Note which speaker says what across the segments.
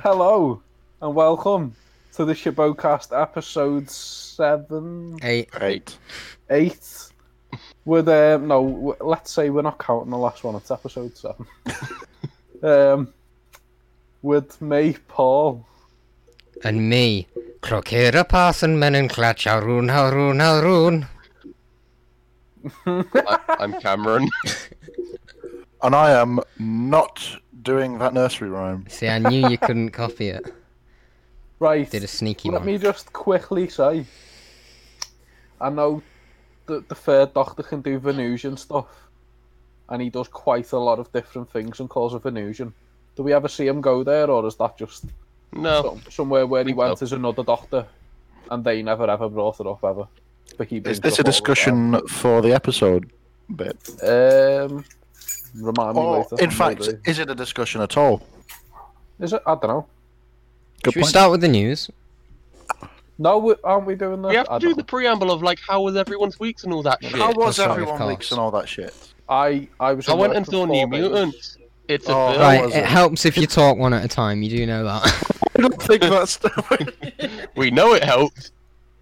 Speaker 1: Hello and welcome to the Shibocast episode seven,
Speaker 2: Eight.
Speaker 3: Right.
Speaker 1: eight. With um, no, w- let's say we're not counting the last one. It's episode seven. um, with me, Paul.
Speaker 2: And me, Crocera Parson Menon Clutch Harun Harun Harun.
Speaker 3: I, I'm Cameron.
Speaker 4: And I am not doing that nursery rhyme.
Speaker 2: See, I knew you couldn't copy it.
Speaker 1: Right.
Speaker 2: Did a sneaky
Speaker 1: Let
Speaker 2: one.
Speaker 1: me just quickly say, I know that the third doctor can do Venusian stuff, and he does quite a lot of different things and calls it Venusian. Do we ever see him go there, or is that just
Speaker 3: No.
Speaker 1: some, somewhere where he
Speaker 3: think
Speaker 1: went
Speaker 3: so.
Speaker 1: as another doctor, and they never ever brought it up ever? But he brings
Speaker 4: Is this
Speaker 1: it
Speaker 4: a
Speaker 1: up all the
Speaker 4: discussion for the episode bit?
Speaker 1: time. Um, remind me
Speaker 4: Or,
Speaker 1: later.
Speaker 4: Oh, in fact,
Speaker 1: maybe.
Speaker 4: is it a discussion at all?
Speaker 1: is it? I don't know.
Speaker 4: Good
Speaker 2: Should we start with the news?
Speaker 1: No, we- aren't we doing that?
Speaker 3: We have to
Speaker 1: I
Speaker 3: do
Speaker 1: don't
Speaker 3: the preamble of like how was everyone's weeks and all that shit.
Speaker 4: How was
Speaker 2: Let's start with
Speaker 4: everyone
Speaker 2: cars.
Speaker 4: weeks and all that shit?
Speaker 1: I I was.
Speaker 3: I
Speaker 1: in
Speaker 3: went
Speaker 1: work
Speaker 3: and
Speaker 1: for
Speaker 3: saw
Speaker 1: four
Speaker 3: New
Speaker 1: days.
Speaker 3: Mutants. It's a
Speaker 4: Oh,
Speaker 3: film.
Speaker 4: How
Speaker 2: Right,
Speaker 4: was
Speaker 2: it
Speaker 4: it?
Speaker 2: helps if you talk one at a time, you do know that.
Speaker 4: I don't think that's.
Speaker 3: We know it helped,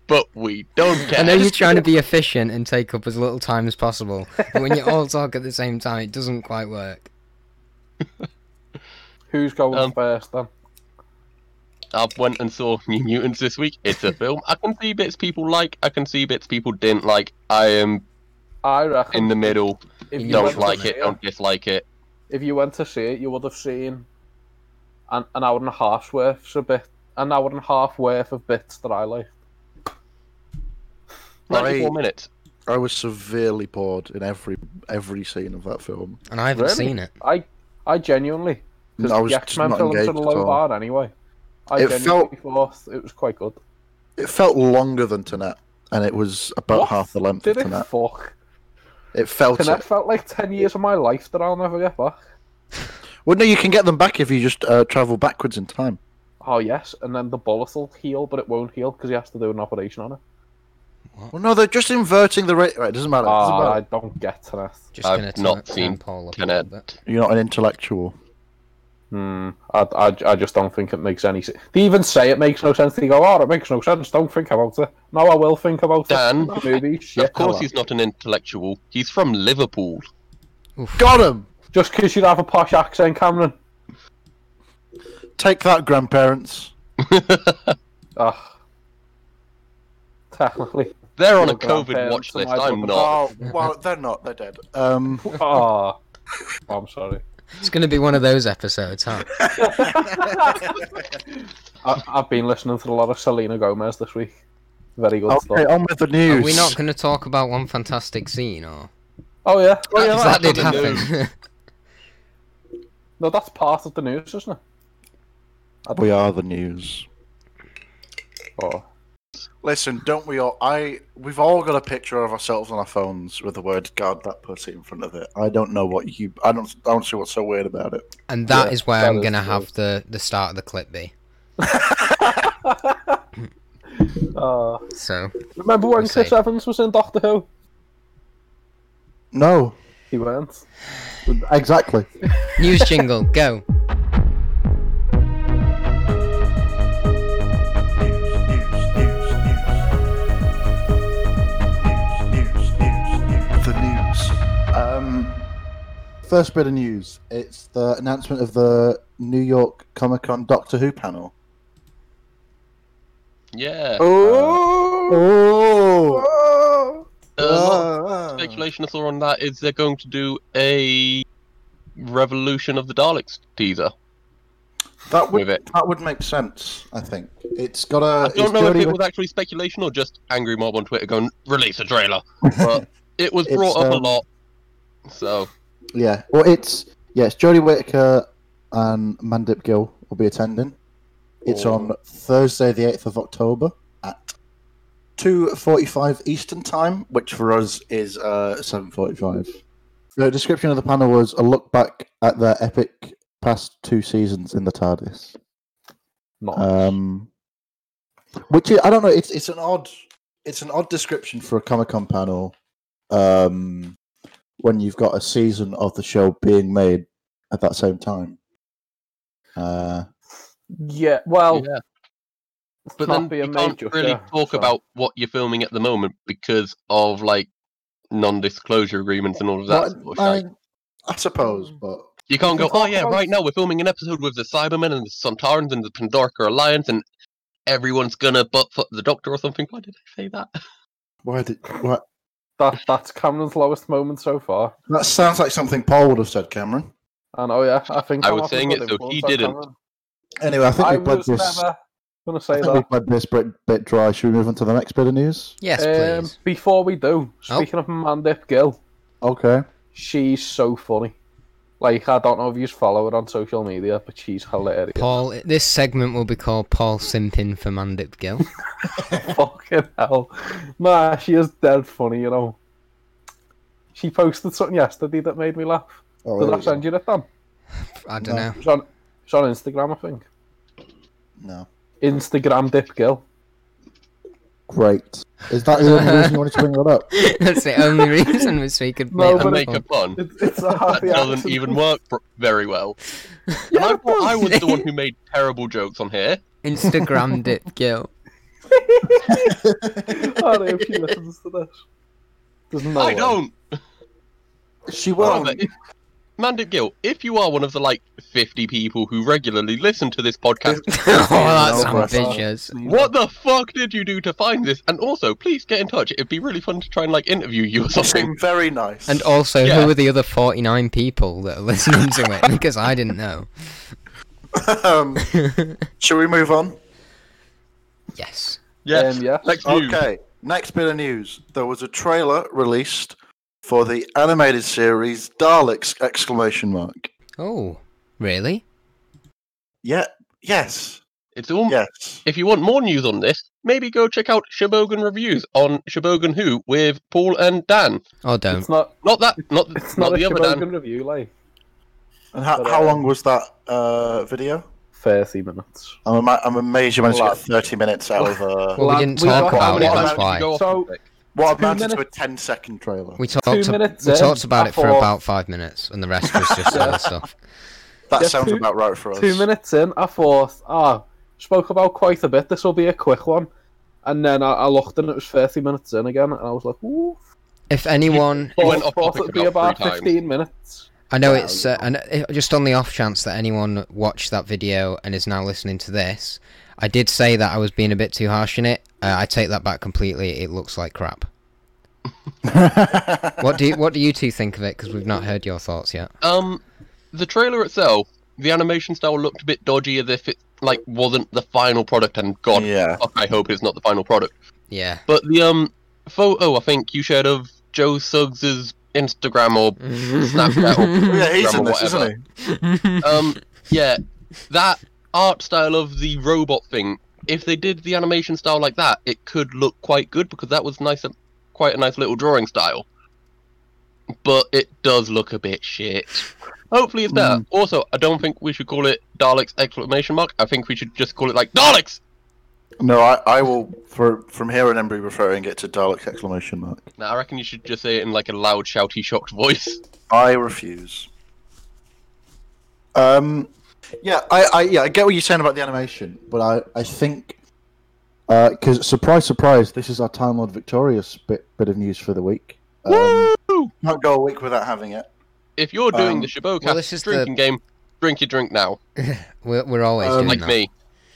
Speaker 3: but we don't
Speaker 2: I
Speaker 3: care.
Speaker 2: know you're trying to be efficient and take up as little time as possible, but when you all talk at the same time, it doesn't quite work.
Speaker 1: Who's going
Speaker 3: Um,
Speaker 1: first then?
Speaker 3: I went and saw New Mutants this week. It's a film. I can see bits people like. I can see bits people didn't like. I am
Speaker 1: I reckon
Speaker 3: in the middle.
Speaker 1: If you
Speaker 2: No,
Speaker 1: went
Speaker 3: Don't
Speaker 1: to
Speaker 3: like
Speaker 1: see
Speaker 3: it. Don't dislike it.
Speaker 1: If you went to see it, you would have seen an, an hour and a half's worth, so bit an hour and a half worth of bits that I like.
Speaker 4: Right.
Speaker 3: Ninety-four minutes.
Speaker 4: I was severely bored in every every scene of that film.
Speaker 2: And I haven't
Speaker 1: Really?
Speaker 2: seen it.
Speaker 1: I I genuinely because
Speaker 4: I was
Speaker 1: the
Speaker 4: just
Speaker 1: X-Men
Speaker 4: not
Speaker 1: films are
Speaker 4: engaged
Speaker 1: the
Speaker 4: at
Speaker 1: low
Speaker 4: all.
Speaker 1: bar anyway. I
Speaker 4: It
Speaker 1: genuinely thought it was quite good.
Speaker 4: It felt longer than Tenet, and it was about
Speaker 1: What?
Speaker 4: half the length
Speaker 1: Did
Speaker 4: of
Speaker 1: it?
Speaker 4: Tenet.
Speaker 1: Fuck.
Speaker 4: It felt
Speaker 1: And that
Speaker 4: it.
Speaker 1: felt like ten years of my life that I'll never get back.
Speaker 4: Well, no, you can get them back if you just uh, travel backwards in time.
Speaker 1: Oh yes, and then the bullet will heal, but it won't heal because he has to do an operation on it.
Speaker 4: Well, no, they're just inverting the rate. Right, it doesn't matter. it doesn't
Speaker 1: Ah, I
Speaker 4: matter.
Speaker 1: don't get to that.
Speaker 2: Just
Speaker 3: I've
Speaker 2: gonna
Speaker 3: not
Speaker 2: turn- turn
Speaker 3: seen
Speaker 2: Paul up a
Speaker 3: Tenet.
Speaker 2: little bit.
Speaker 4: You're not an intellectual.
Speaker 1: Hmm. I, I, I just don't think it makes any sense. They even say it makes no sense. They go, oh, it makes no sense. Don't think about it. No, I will think about
Speaker 3: Dan,
Speaker 1: it. The Movie, shit, eh.
Speaker 3: of course,
Speaker 1: hello.
Speaker 3: he's not an intellectual. He's from Liverpool.
Speaker 4: Got him.
Speaker 1: Just because you have a posh accent, Cameron.
Speaker 4: Take that, grandparents.
Speaker 1: Ugh. Ah. Technically.
Speaker 3: They're on a
Speaker 1: Your
Speaker 3: COVID
Speaker 1: grandparents
Speaker 3: watch
Speaker 1: and
Speaker 3: list.
Speaker 1: my
Speaker 3: I'm
Speaker 1: brother.
Speaker 3: not.
Speaker 4: Oh, well, they're not. They're dead. Um,
Speaker 1: Oh. I'm sorry.
Speaker 2: It's gonna be one of those episodes, huh?
Speaker 1: I, I've been listening to a lot of Selena Gomez this week. Very good
Speaker 4: okay,
Speaker 1: stuff.
Speaker 4: on with the
Speaker 2: Are
Speaker 4: news.
Speaker 2: we not gonna talk about one fantastic scene, or?
Speaker 1: Oh, yeah.
Speaker 4: Oh, yeah,
Speaker 2: 'Cause
Speaker 4: that's
Speaker 2: that did
Speaker 3: not the
Speaker 2: happen.
Speaker 1: No, that's part of the news, isn't it?
Speaker 4: We are the news.
Speaker 1: Oh.
Speaker 4: Listen, don't we all? I we've all got a picture of ourselves on our phones with the word "guard that pussy" in front of it. I don't know what you. I don't. I don't see what's so weird about it.
Speaker 2: And that
Speaker 1: Yeah,
Speaker 2: is where
Speaker 1: that
Speaker 2: I'm
Speaker 1: is
Speaker 2: going to
Speaker 1: true.
Speaker 2: have the, the start of the clip be.
Speaker 1: Uh,
Speaker 2: So,
Speaker 1: remember when
Speaker 2: Let's see.
Speaker 1: Chris Evans was in Doctor Who?
Speaker 4: No,
Speaker 1: He went.
Speaker 4: exactly.
Speaker 2: news jingle, go.
Speaker 4: The news. Um, first bit of news. It's the announcement of the New York Comic Con Doctor Who panel.
Speaker 3: Yeah.
Speaker 1: Oh!
Speaker 4: Oh.
Speaker 3: A lot of speculation I saw on that is they're going to do a revolution of the Daleks teaser.
Speaker 4: That would
Speaker 3: with it.
Speaker 4: that would make sense. I think it's got a.
Speaker 3: I
Speaker 4: Uh, it's
Speaker 3: don't know if
Speaker 4: purely
Speaker 3: it
Speaker 4: with-
Speaker 3: was actually speculation or just angry mob on Twitter going release a trailer, but it was
Speaker 4: It's,
Speaker 3: brought up
Speaker 4: um,
Speaker 3: a lot. So
Speaker 4: Yeah. Well, it's yeah. It's Jodie Whittaker and Mandip Gill will be attending. It's
Speaker 3: Oh.
Speaker 4: on Thursday, the eighth of October at two forty-five Eastern Time, which for us is uh, seven forty-five. The description of the panel was a look back at their epic past two seasons in the TARDIS.
Speaker 1: Not.
Speaker 4: Um, which is, I don't know. It's it's an odd it's an odd description for a Comic Con panel. Um, when you've got a season of the show being made at that same time. Uh,
Speaker 1: Yeah, well,
Speaker 3: yeah.
Speaker 1: but can't
Speaker 3: Oh, But then
Speaker 1: be a
Speaker 3: you can't
Speaker 1: major.
Speaker 3: really
Speaker 1: yeah,
Speaker 3: talk
Speaker 1: so-
Speaker 3: about what you're filming at the moment because of like non-disclosure agreements and all of that. sort of
Speaker 4: Well,
Speaker 3: shite.
Speaker 4: I, mean, I suppose, but
Speaker 3: You can't
Speaker 1: can
Speaker 3: go, oh
Speaker 1: talk
Speaker 3: yeah,
Speaker 1: about-
Speaker 3: right now we're filming an episode with the Cybermen and the Suntarans and the Pandorka Alliance and everyone's gonna butt fuck the Doctor or something. Why did I say that?
Speaker 4: why did what?
Speaker 1: that. That's Cameron's lowest moment so far.
Speaker 4: That sounds like something Paul would have said, Cameron.
Speaker 1: I know, yeah. I think
Speaker 3: I
Speaker 1: I'm
Speaker 3: was
Speaker 1: having
Speaker 3: saying
Speaker 1: good
Speaker 3: it, so he
Speaker 1: influence on
Speaker 3: didn't.
Speaker 1: Cameron.
Speaker 4: Anyway, I think
Speaker 1: I
Speaker 4: we played
Speaker 1: was
Speaker 4: this.
Speaker 1: never going to
Speaker 4: I
Speaker 1: say
Speaker 4: think we
Speaker 1: that.
Speaker 4: played this bit, bit dry. Should we move on to the next bit of news?
Speaker 2: Yes,
Speaker 1: Um,
Speaker 2: please.
Speaker 1: before we do,
Speaker 2: Oh.
Speaker 1: speaking of Mandip Gill,
Speaker 4: Okay.
Speaker 1: she's so funny. Like, I don't know if you follow her on social media, but she's hilarious.
Speaker 2: Paul, this segment will be called Paul Simpin for Mandip Gill.
Speaker 1: Fucking hell. Nah, she is dead funny, you know. She posted something yesterday that made me laugh.
Speaker 4: Oh,
Speaker 1: Did
Speaker 4: there
Speaker 1: I
Speaker 4: we go.
Speaker 1: send you that, Dan?
Speaker 2: I don't
Speaker 4: No.
Speaker 2: know.
Speaker 1: It was on, it was on Instagram, I think.
Speaker 4: No.
Speaker 1: Instagram Dip Gill.
Speaker 4: Great. Is that the only reason you wanted to bring that up?
Speaker 2: That's the only reason we speak
Speaker 1: No,
Speaker 2: about
Speaker 1: but
Speaker 3: And
Speaker 1: it-
Speaker 3: make a pun.
Speaker 1: It, it's a
Speaker 3: That
Speaker 1: happy
Speaker 3: doesn't
Speaker 1: accident.
Speaker 3: even work pr- very well. And I, thought I was the one who made terrible jokes on here.
Speaker 2: Instagram Dip Gill.
Speaker 1: I don't know if she listens to this. There's no
Speaker 3: I
Speaker 1: way.
Speaker 3: don't.
Speaker 4: She
Speaker 3: Well,
Speaker 4: will.
Speaker 3: Mandip Gill, if you are one of the like 50 people who regularly listen to this podcast,
Speaker 2: oh, that's
Speaker 4: no, that's-
Speaker 2: ambitious.
Speaker 3: what the fuck did you do to find this? And also, please get in touch. It'd be really fun to try and like interview you or something.
Speaker 4: very nice.
Speaker 2: And also,
Speaker 3: Yeah.
Speaker 2: who are the other 49 people that are listening to it? Because I didn't know.
Speaker 4: um, shall we move on?
Speaker 2: Yes.
Speaker 3: Yes.
Speaker 1: Um, yeah.
Speaker 3: Next news.
Speaker 4: Okay. Next bit of news. There was a trailer released for the animated series Daleks! Exclamation mark.
Speaker 2: Oh, really?
Speaker 4: Yeah. Yes.
Speaker 3: It's all.
Speaker 4: Yes.
Speaker 3: If you want more news on this, maybe go check out Shibogan Reviews on Shibogan Who with Paul and Dan.
Speaker 2: Or Oh, don't.
Speaker 1: It's not.
Speaker 3: Not that, not,
Speaker 1: It's
Speaker 3: Um, not,
Speaker 1: not,
Speaker 3: the
Speaker 1: a
Speaker 3: other
Speaker 1: Shebogan
Speaker 3: Dan.
Speaker 1: review, like
Speaker 4: And how,
Speaker 1: But,
Speaker 4: how
Speaker 1: um,
Speaker 4: long was that uh, video?
Speaker 1: thirty minutes.
Speaker 4: I'm, ama- I'm amazed you managed to
Speaker 1: Lad.
Speaker 4: get 30 minutes out of uh,
Speaker 2: Well, we
Speaker 1: Well,
Speaker 2: didn't
Speaker 1: we
Speaker 2: talk
Speaker 1: got-
Speaker 3: How
Speaker 2: about
Speaker 1: Well,
Speaker 2: it, that's
Speaker 3: many times did you
Speaker 2: why.
Speaker 3: go off
Speaker 1: So-
Speaker 3: topic?
Speaker 4: what
Speaker 1: two
Speaker 4: amounted to a
Speaker 1: minutes.
Speaker 4: 10 second trailer.
Speaker 2: We talked, ab-
Speaker 1: minutes
Speaker 2: we
Speaker 1: in,
Speaker 2: talked about it for
Speaker 1: I thought-
Speaker 2: about five minutes, and the rest was just
Speaker 1: Yeah.
Speaker 2: other stuff.
Speaker 4: That
Speaker 1: Yeah,
Speaker 4: sounds
Speaker 1: two-
Speaker 4: about right for us.
Speaker 1: Two minutes in, I thought, ah, spoke about quite a bit. This will be a quick one. And then I, I looked and it was thirty minutes in again, and I was like, ooh,
Speaker 2: If anyone,
Speaker 3: You
Speaker 1: thought,
Speaker 3: went off
Speaker 1: thought
Speaker 3: topic
Speaker 1: it'd be
Speaker 3: about
Speaker 1: about
Speaker 3: three times.
Speaker 1: fifteen minutes.
Speaker 2: I know it's uh, and uh, just on the off chance that anyone watched that video and is now listening to this, I did say that I was being a bit too harsh in it. Uh, I take that back completely. It looks like crap. What do you, what do you two think of it? Because we've not heard your thoughts yet.
Speaker 3: Um, the trailer itself, the animation style looked a bit dodgy, as if it like wasn't the final product. And God,
Speaker 4: Yeah.
Speaker 3: fuck, I hope it's not the final product.
Speaker 2: Yeah.
Speaker 3: But the um photo, I think you shared of Joe Suggs's Instagram or Snapchat or
Speaker 4: Yeah, he's
Speaker 3: Instagram
Speaker 4: in
Speaker 3: or
Speaker 4: this,
Speaker 3: whatever.
Speaker 4: isn't he?
Speaker 3: um, yeah, that art style of the robot thing. If they did the animation style like that, it could look quite good because that was nice, quite a nice little drawing style. But it does look a bit shit. Hopefully, it's
Speaker 2: Hmm.
Speaker 3: better. Also, I don't think we should call it Daleks exclamation mark. I think we should just call it like Daleks.
Speaker 4: No, I, I will for, from here on in be referring it to Dalek exclamation mark.
Speaker 3: Now, I reckon you should just say it in like a loud, shouty, shocked voice.
Speaker 4: I refuse. Um, yeah, I, I yeah I get what you're saying about the animation, but I I think because surprise surprise, this is our Time Lord Victorious bit bit of news for the week. Um,
Speaker 3: Woo!
Speaker 4: Not go a week without having it.
Speaker 3: If you're doing
Speaker 4: Um,
Speaker 3: the Shibocast
Speaker 2: well, this is the-
Speaker 3: drinking game, drink your drink now,
Speaker 2: We're, we're always
Speaker 4: Um,
Speaker 2: doing
Speaker 3: Uh, like
Speaker 2: that.
Speaker 3: me.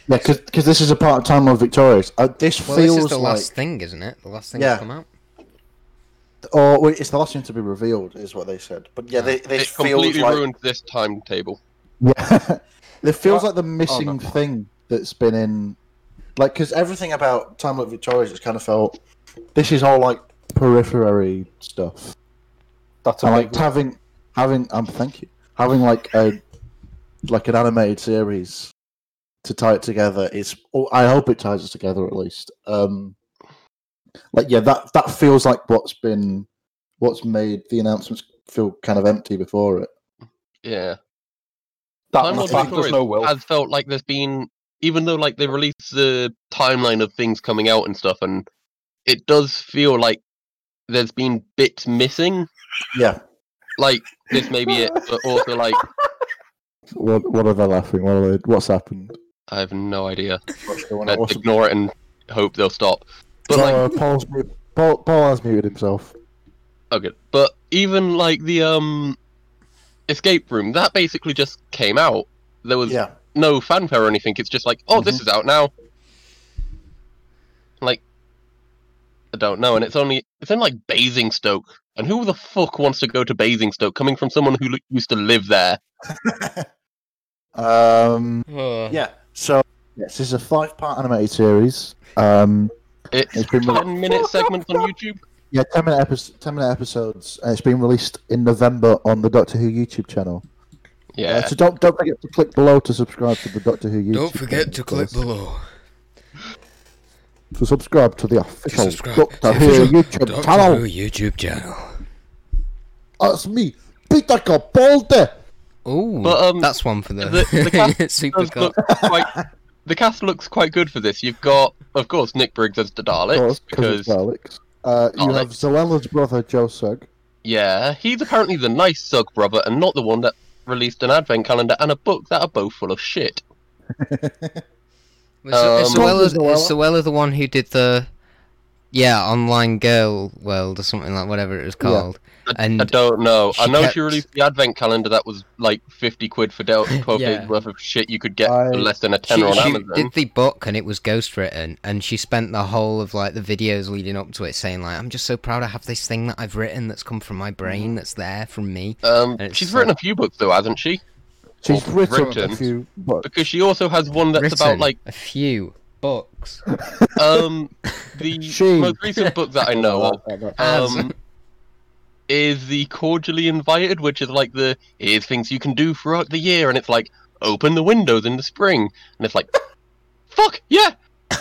Speaker 4: Yeah, because this is a part of Time Lord Victorious. Uh, this
Speaker 2: Well,
Speaker 4: feels
Speaker 2: this is the
Speaker 4: like
Speaker 2: last thing, isn't it? The last thing
Speaker 4: Yeah.
Speaker 2: to come out.
Speaker 4: or wait, it's the last thing to be revealed, is what they said. But yeah, they,
Speaker 3: It
Speaker 4: this feels
Speaker 3: completely
Speaker 4: like
Speaker 3: ruined this timetable.
Speaker 4: Yeah, it feels
Speaker 1: What?
Speaker 4: like the missing
Speaker 1: Oh,
Speaker 4: thing that's been in, like, because everything about Time Look Victorious has kind of felt this is all like periphery stuff.
Speaker 1: That's a
Speaker 4: and
Speaker 1: big
Speaker 4: like having having um, thank you, having like a like an animated series to tie it together is. oh, I hope it ties us together at least. Um, like yeah, that that feels like what's been what's made the announcements feel kind of empty before it.
Speaker 3: Yeah.
Speaker 1: that
Speaker 3: Time
Speaker 1: and the
Speaker 3: Lord
Speaker 1: fact there's
Speaker 3: Victorious
Speaker 1: no will.
Speaker 3: has felt like there's been, even though like they released the timeline of things coming out and stuff, and it does feel like there's been bits missing.
Speaker 4: Yeah.
Speaker 3: Like this may be it, but also like
Speaker 4: What What are they laughing? What are they, What's happened?
Speaker 3: I have no idea.
Speaker 4: Watch the one
Speaker 3: I'd
Speaker 4: that wasn't-
Speaker 3: ignore it and hope they'll stop. But like,
Speaker 4: Uh, Paul's mu- Paul, Paul has muted himself.
Speaker 3: okay. But even like the um, escape room that basically just came out. There was
Speaker 4: Yeah.
Speaker 3: no fanfare or anything. It's just like, oh, this is
Speaker 4: Mm-hmm.
Speaker 3: out now. Like, I don't know, and it's only it's in like Basingstoke, and who the fuck wants to go to Basingstoke? Coming from someone who l- used to live there.
Speaker 4: Um,
Speaker 3: Uh,
Speaker 2: Oh.
Speaker 4: yeah. So yes, this is a five-part animated series. Um,
Speaker 3: It's,
Speaker 4: It's been re-
Speaker 3: ten minute segments on YouTube.
Speaker 4: yeah, ten-minute episodes. Ten-minute episodes. And it's been released in November on the Doctor Who YouTube channel. Uh,
Speaker 3: Yeah,
Speaker 4: so don't don't forget to click below to subscribe to the Doctor Who YouTube.
Speaker 2: Don't forget
Speaker 4: channel,
Speaker 2: to click
Speaker 4: please.
Speaker 2: below.
Speaker 4: to subscribe to the
Speaker 2: To
Speaker 4: official
Speaker 2: subscribe.
Speaker 4: Doctor
Speaker 2: to
Speaker 4: Who
Speaker 2: official
Speaker 4: YouTube
Speaker 2: Doctor
Speaker 4: channel.
Speaker 2: Who YouTube channel.
Speaker 4: That's me, Peter Capaldi.
Speaker 2: Ooh,
Speaker 3: But, um,
Speaker 2: that's one for the,
Speaker 3: the- the cast
Speaker 2: super
Speaker 3: does look quite. The cast looks quite good for this. You've got, of course, Nick Briggs as the
Speaker 4: Of
Speaker 3: Dalek
Speaker 4: course, because
Speaker 3: because
Speaker 4: it's Alex. Uh, you
Speaker 3: Dalek.
Speaker 4: have Zoella's brother Joe Sugg.
Speaker 3: yeah, he's apparently the nice Sug brother and not the one that released an advent calendar and a book that are both full of shit.
Speaker 2: Was Zo- is
Speaker 3: Um,
Speaker 2: Zoella,
Speaker 4: Zoella.
Speaker 2: is Zoella the one who did the yeah online girl world or something like whatever it was
Speaker 4: Yeah.
Speaker 2: called? And
Speaker 3: I don't know. I
Speaker 2: she
Speaker 3: know
Speaker 2: kept-
Speaker 3: she released the advent calendar that was like fifty quid for del- twelve
Speaker 2: Yeah.
Speaker 3: days worth of shit you could get
Speaker 4: I-
Speaker 3: for less than a
Speaker 2: she,
Speaker 3: tenner on
Speaker 2: she
Speaker 3: Amazon.
Speaker 2: did the book and it was ghostwritten, and she spent the whole of like the videos leading up to it saying like, "I'm just so proud I have this thing that I've written that's come from my brain, that's there from me."
Speaker 3: Um,
Speaker 2: and it's
Speaker 3: she's
Speaker 2: like-
Speaker 3: written a few books though, hasn't she?
Speaker 4: She's
Speaker 3: Well,
Speaker 4: written
Speaker 3: written,
Speaker 4: a few books.
Speaker 3: Because she also has one that's about
Speaker 2: Written
Speaker 3: like
Speaker 2: a few books.
Speaker 3: um the
Speaker 4: She.
Speaker 3: most recent book that I know of
Speaker 2: As-
Speaker 3: um, is the cordially invited, which is like the here's things you can do throughout the year, and it's like open the windows in the spring, and it's like fuck yeah,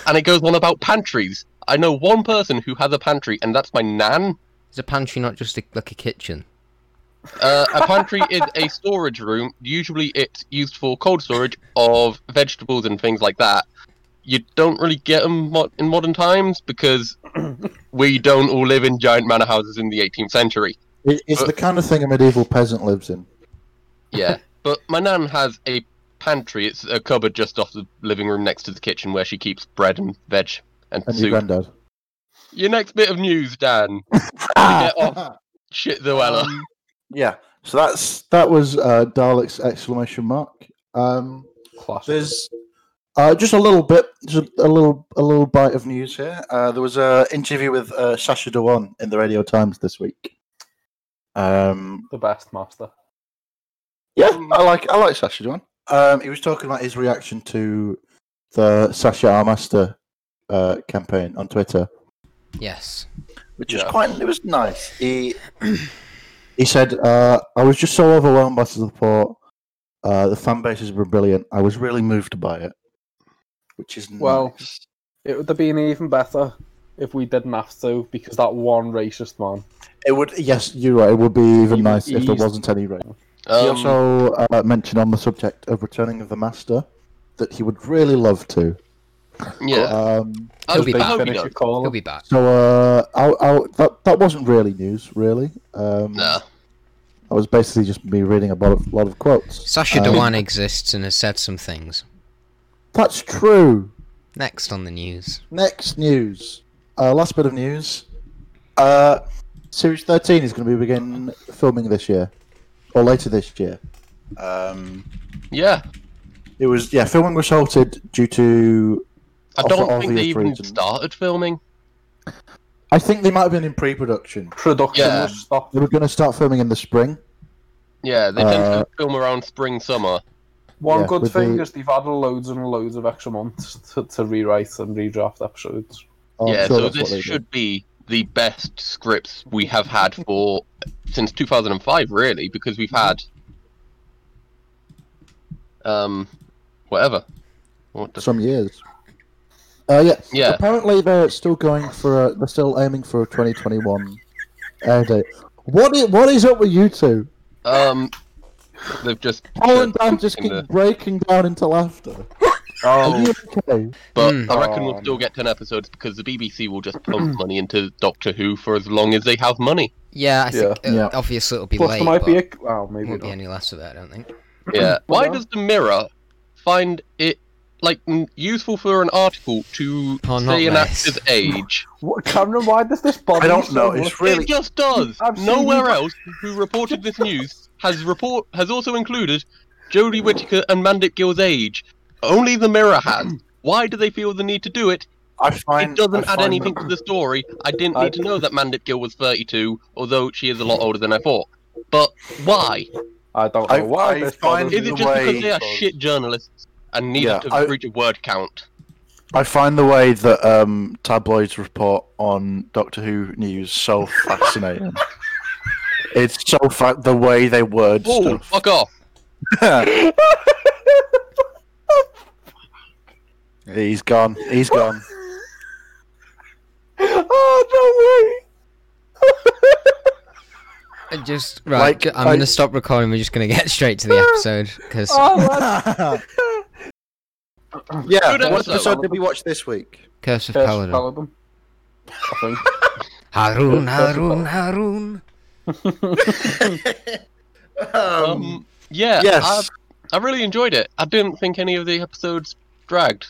Speaker 3: and it goes on about pantries. I know one person who has a pantry, and that's my nan.
Speaker 2: Is a pantry not just a, like a kitchen?
Speaker 3: Uh, a pantry is a storage room. Usually, it's used for cold storage of vegetables and things like that. You don't really get them mo- in modern times because we don't all live in giant manor houses in the 18th century.
Speaker 4: It- it's the kind of thing a medieval peasant lives in.
Speaker 3: Yeah, but my nan has a pantry. It's a cupboard just off the living room next to the kitchen where she keeps bread and veg and
Speaker 4: And your
Speaker 3: soup.
Speaker 4: granddad.
Speaker 3: Your next bit of news, Dan. get off. Shit, Zoella.
Speaker 4: Um, yeah. So that's that was uh, Dalek's exclamation mark. Um,
Speaker 1: Classic.
Speaker 4: there's uh, just a little bit, just a little, a little bite of news here. Uh, there was an interview with uh, Sasha Dewan in the Radio Times this week. Um,
Speaker 1: The best master.
Speaker 4: yeah, I like, I like Sasha Dewan. Um, he was talking about his reaction to the Sasha Armaster uh, campaign on Twitter.
Speaker 2: Yes.
Speaker 4: which is
Speaker 3: Yeah.
Speaker 4: quite. It was nice. He he said, uh, "I was just so overwhelmed by the support. Uh, the fan bases were brilliant. I was really moved by it, which is
Speaker 1: Well,
Speaker 4: nice.
Speaker 1: It would have been even better if we didn't have to, because that one racist man.
Speaker 4: It would yes, you're right. It would be even
Speaker 1: He-
Speaker 4: nice if there
Speaker 1: he's-
Speaker 4: wasn't any rain. he
Speaker 3: Um,
Speaker 4: also uh, mentioned on the subject of returning of the master that he would really love to.
Speaker 3: yeah,
Speaker 4: Um,
Speaker 3: I,
Speaker 2: He'll be
Speaker 3: I
Speaker 2: back.
Speaker 3: hope he
Speaker 1: Finish
Speaker 3: does.
Speaker 1: your call.
Speaker 2: He'll be back.
Speaker 4: so uh, I'll, I'll, that that wasn't really news, really. Um,
Speaker 3: Nah.
Speaker 4: That was basically just me reading a lot of, lot of quotes.
Speaker 2: Sasha
Speaker 4: Um,
Speaker 2: Dewan exists and has said some things.
Speaker 4: That's true.
Speaker 2: Next on the news.
Speaker 4: Next news. Uh, last bit of news. Uh, series 13 is going to be begin filming this year, or later this year. Um,
Speaker 3: Yeah,
Speaker 4: it was yeah, filming was halted due to.
Speaker 3: I
Speaker 4: Oh, for
Speaker 3: don't think they
Speaker 4: obvious
Speaker 3: even
Speaker 4: reasons.
Speaker 3: started filming.
Speaker 4: I think they might have been in pre-production.
Speaker 1: Production
Speaker 3: Yeah.
Speaker 1: was stopped.
Speaker 4: They were going to start filming in the spring.
Speaker 3: Yeah, they tend
Speaker 4: Uh,
Speaker 3: to film around spring, summer.
Speaker 1: One
Speaker 4: Yeah,
Speaker 1: good
Speaker 4: with
Speaker 1: thing
Speaker 4: the-
Speaker 1: is they've had loads and loads of extra months to, to rewrite and redraft episodes.
Speaker 4: Oh, I'm
Speaker 3: yeah,
Speaker 4: sure
Speaker 3: so
Speaker 4: that's what they
Speaker 3: this
Speaker 4: did.
Speaker 3: should be the best scripts we have had for since 2005, really, because we've had um, whatever. What the,
Speaker 4: some years. Uh, yeah.
Speaker 3: Yeah.
Speaker 4: Apparently, they're still going for. A, they're still aiming for a 2021 air date. What is, what is up with you two?
Speaker 3: um, they've just
Speaker 4: Paul and Dan just
Speaker 3: in
Speaker 4: keep
Speaker 3: the-
Speaker 4: breaking down into laughter. Are
Speaker 1: Oh,
Speaker 4: you okay?
Speaker 3: But
Speaker 2: Mm.
Speaker 3: I reckon we'll
Speaker 1: Um,
Speaker 3: still get 10 episodes because the BBC will just pump money into Doctor Who for as long as they have money.
Speaker 2: Yeah, I think uh,
Speaker 4: Yeah.
Speaker 2: obviously it'll be
Speaker 1: plus
Speaker 2: late,
Speaker 1: there might
Speaker 2: but
Speaker 1: be a. Well, maybe
Speaker 2: won't be
Speaker 1: not.
Speaker 2: any less of it, I don't think.
Speaker 3: Yeah. Why
Speaker 1: Yeah.
Speaker 3: does the Mirror find it like n- useful for an article to
Speaker 2: Porn
Speaker 3: say an
Speaker 2: hotmail.
Speaker 3: actor's age.
Speaker 1: What, Cameron, why does this bother
Speaker 4: I
Speaker 1: you
Speaker 4: don't
Speaker 1: so
Speaker 4: know.
Speaker 1: much?
Speaker 4: It's really
Speaker 3: It just does.
Speaker 1: I've seen
Speaker 3: Nowhere
Speaker 1: you-
Speaker 3: else who reported this news has report has also included Jodie Whittaker and Mandip Gill's age. Only the Mirror has. Why do they feel the need to do it?
Speaker 4: I find
Speaker 3: It doesn't
Speaker 4: I
Speaker 3: add
Speaker 4: find
Speaker 3: anything
Speaker 4: that-
Speaker 3: to the story. I didn't
Speaker 1: I-
Speaker 3: need to know that Mandip Gill was 32, although she is a lot older than I thought. But why?
Speaker 1: I don't know
Speaker 4: I-
Speaker 1: why
Speaker 4: I
Speaker 1: this
Speaker 4: find-
Speaker 1: bothers
Speaker 3: Is
Speaker 1: you.
Speaker 3: it
Speaker 4: The
Speaker 3: just
Speaker 4: way-
Speaker 3: because they are shit journalists and needed
Speaker 4: Yeah,
Speaker 3: to
Speaker 4: I-
Speaker 3: reach a word count?
Speaker 4: I find the way that um, tabloids report on Doctor Who news so fascinating. it's so fa- the way they word
Speaker 3: Oh,
Speaker 4: stuff.
Speaker 3: fuck off.
Speaker 4: He's gone. He's gone.
Speaker 1: Oh,
Speaker 2: I just right.
Speaker 4: Like,
Speaker 2: I'm
Speaker 4: I-
Speaker 2: gonna stop recording. We're just gonna get straight to the episode because
Speaker 1: no way! Oh, that's-
Speaker 4: yeah.
Speaker 3: Good
Speaker 4: What
Speaker 3: episode.
Speaker 4: episode did we watch this week?
Speaker 2: Curse of
Speaker 1: Curse of
Speaker 2: Paladin.
Speaker 1: Paladin. I think.
Speaker 2: Harun,
Speaker 1: Curse of
Speaker 2: Harun, Harun.
Speaker 3: Um, yeah,
Speaker 4: yes.
Speaker 3: I, I really enjoyed it. I didn't think any of the episodes dragged.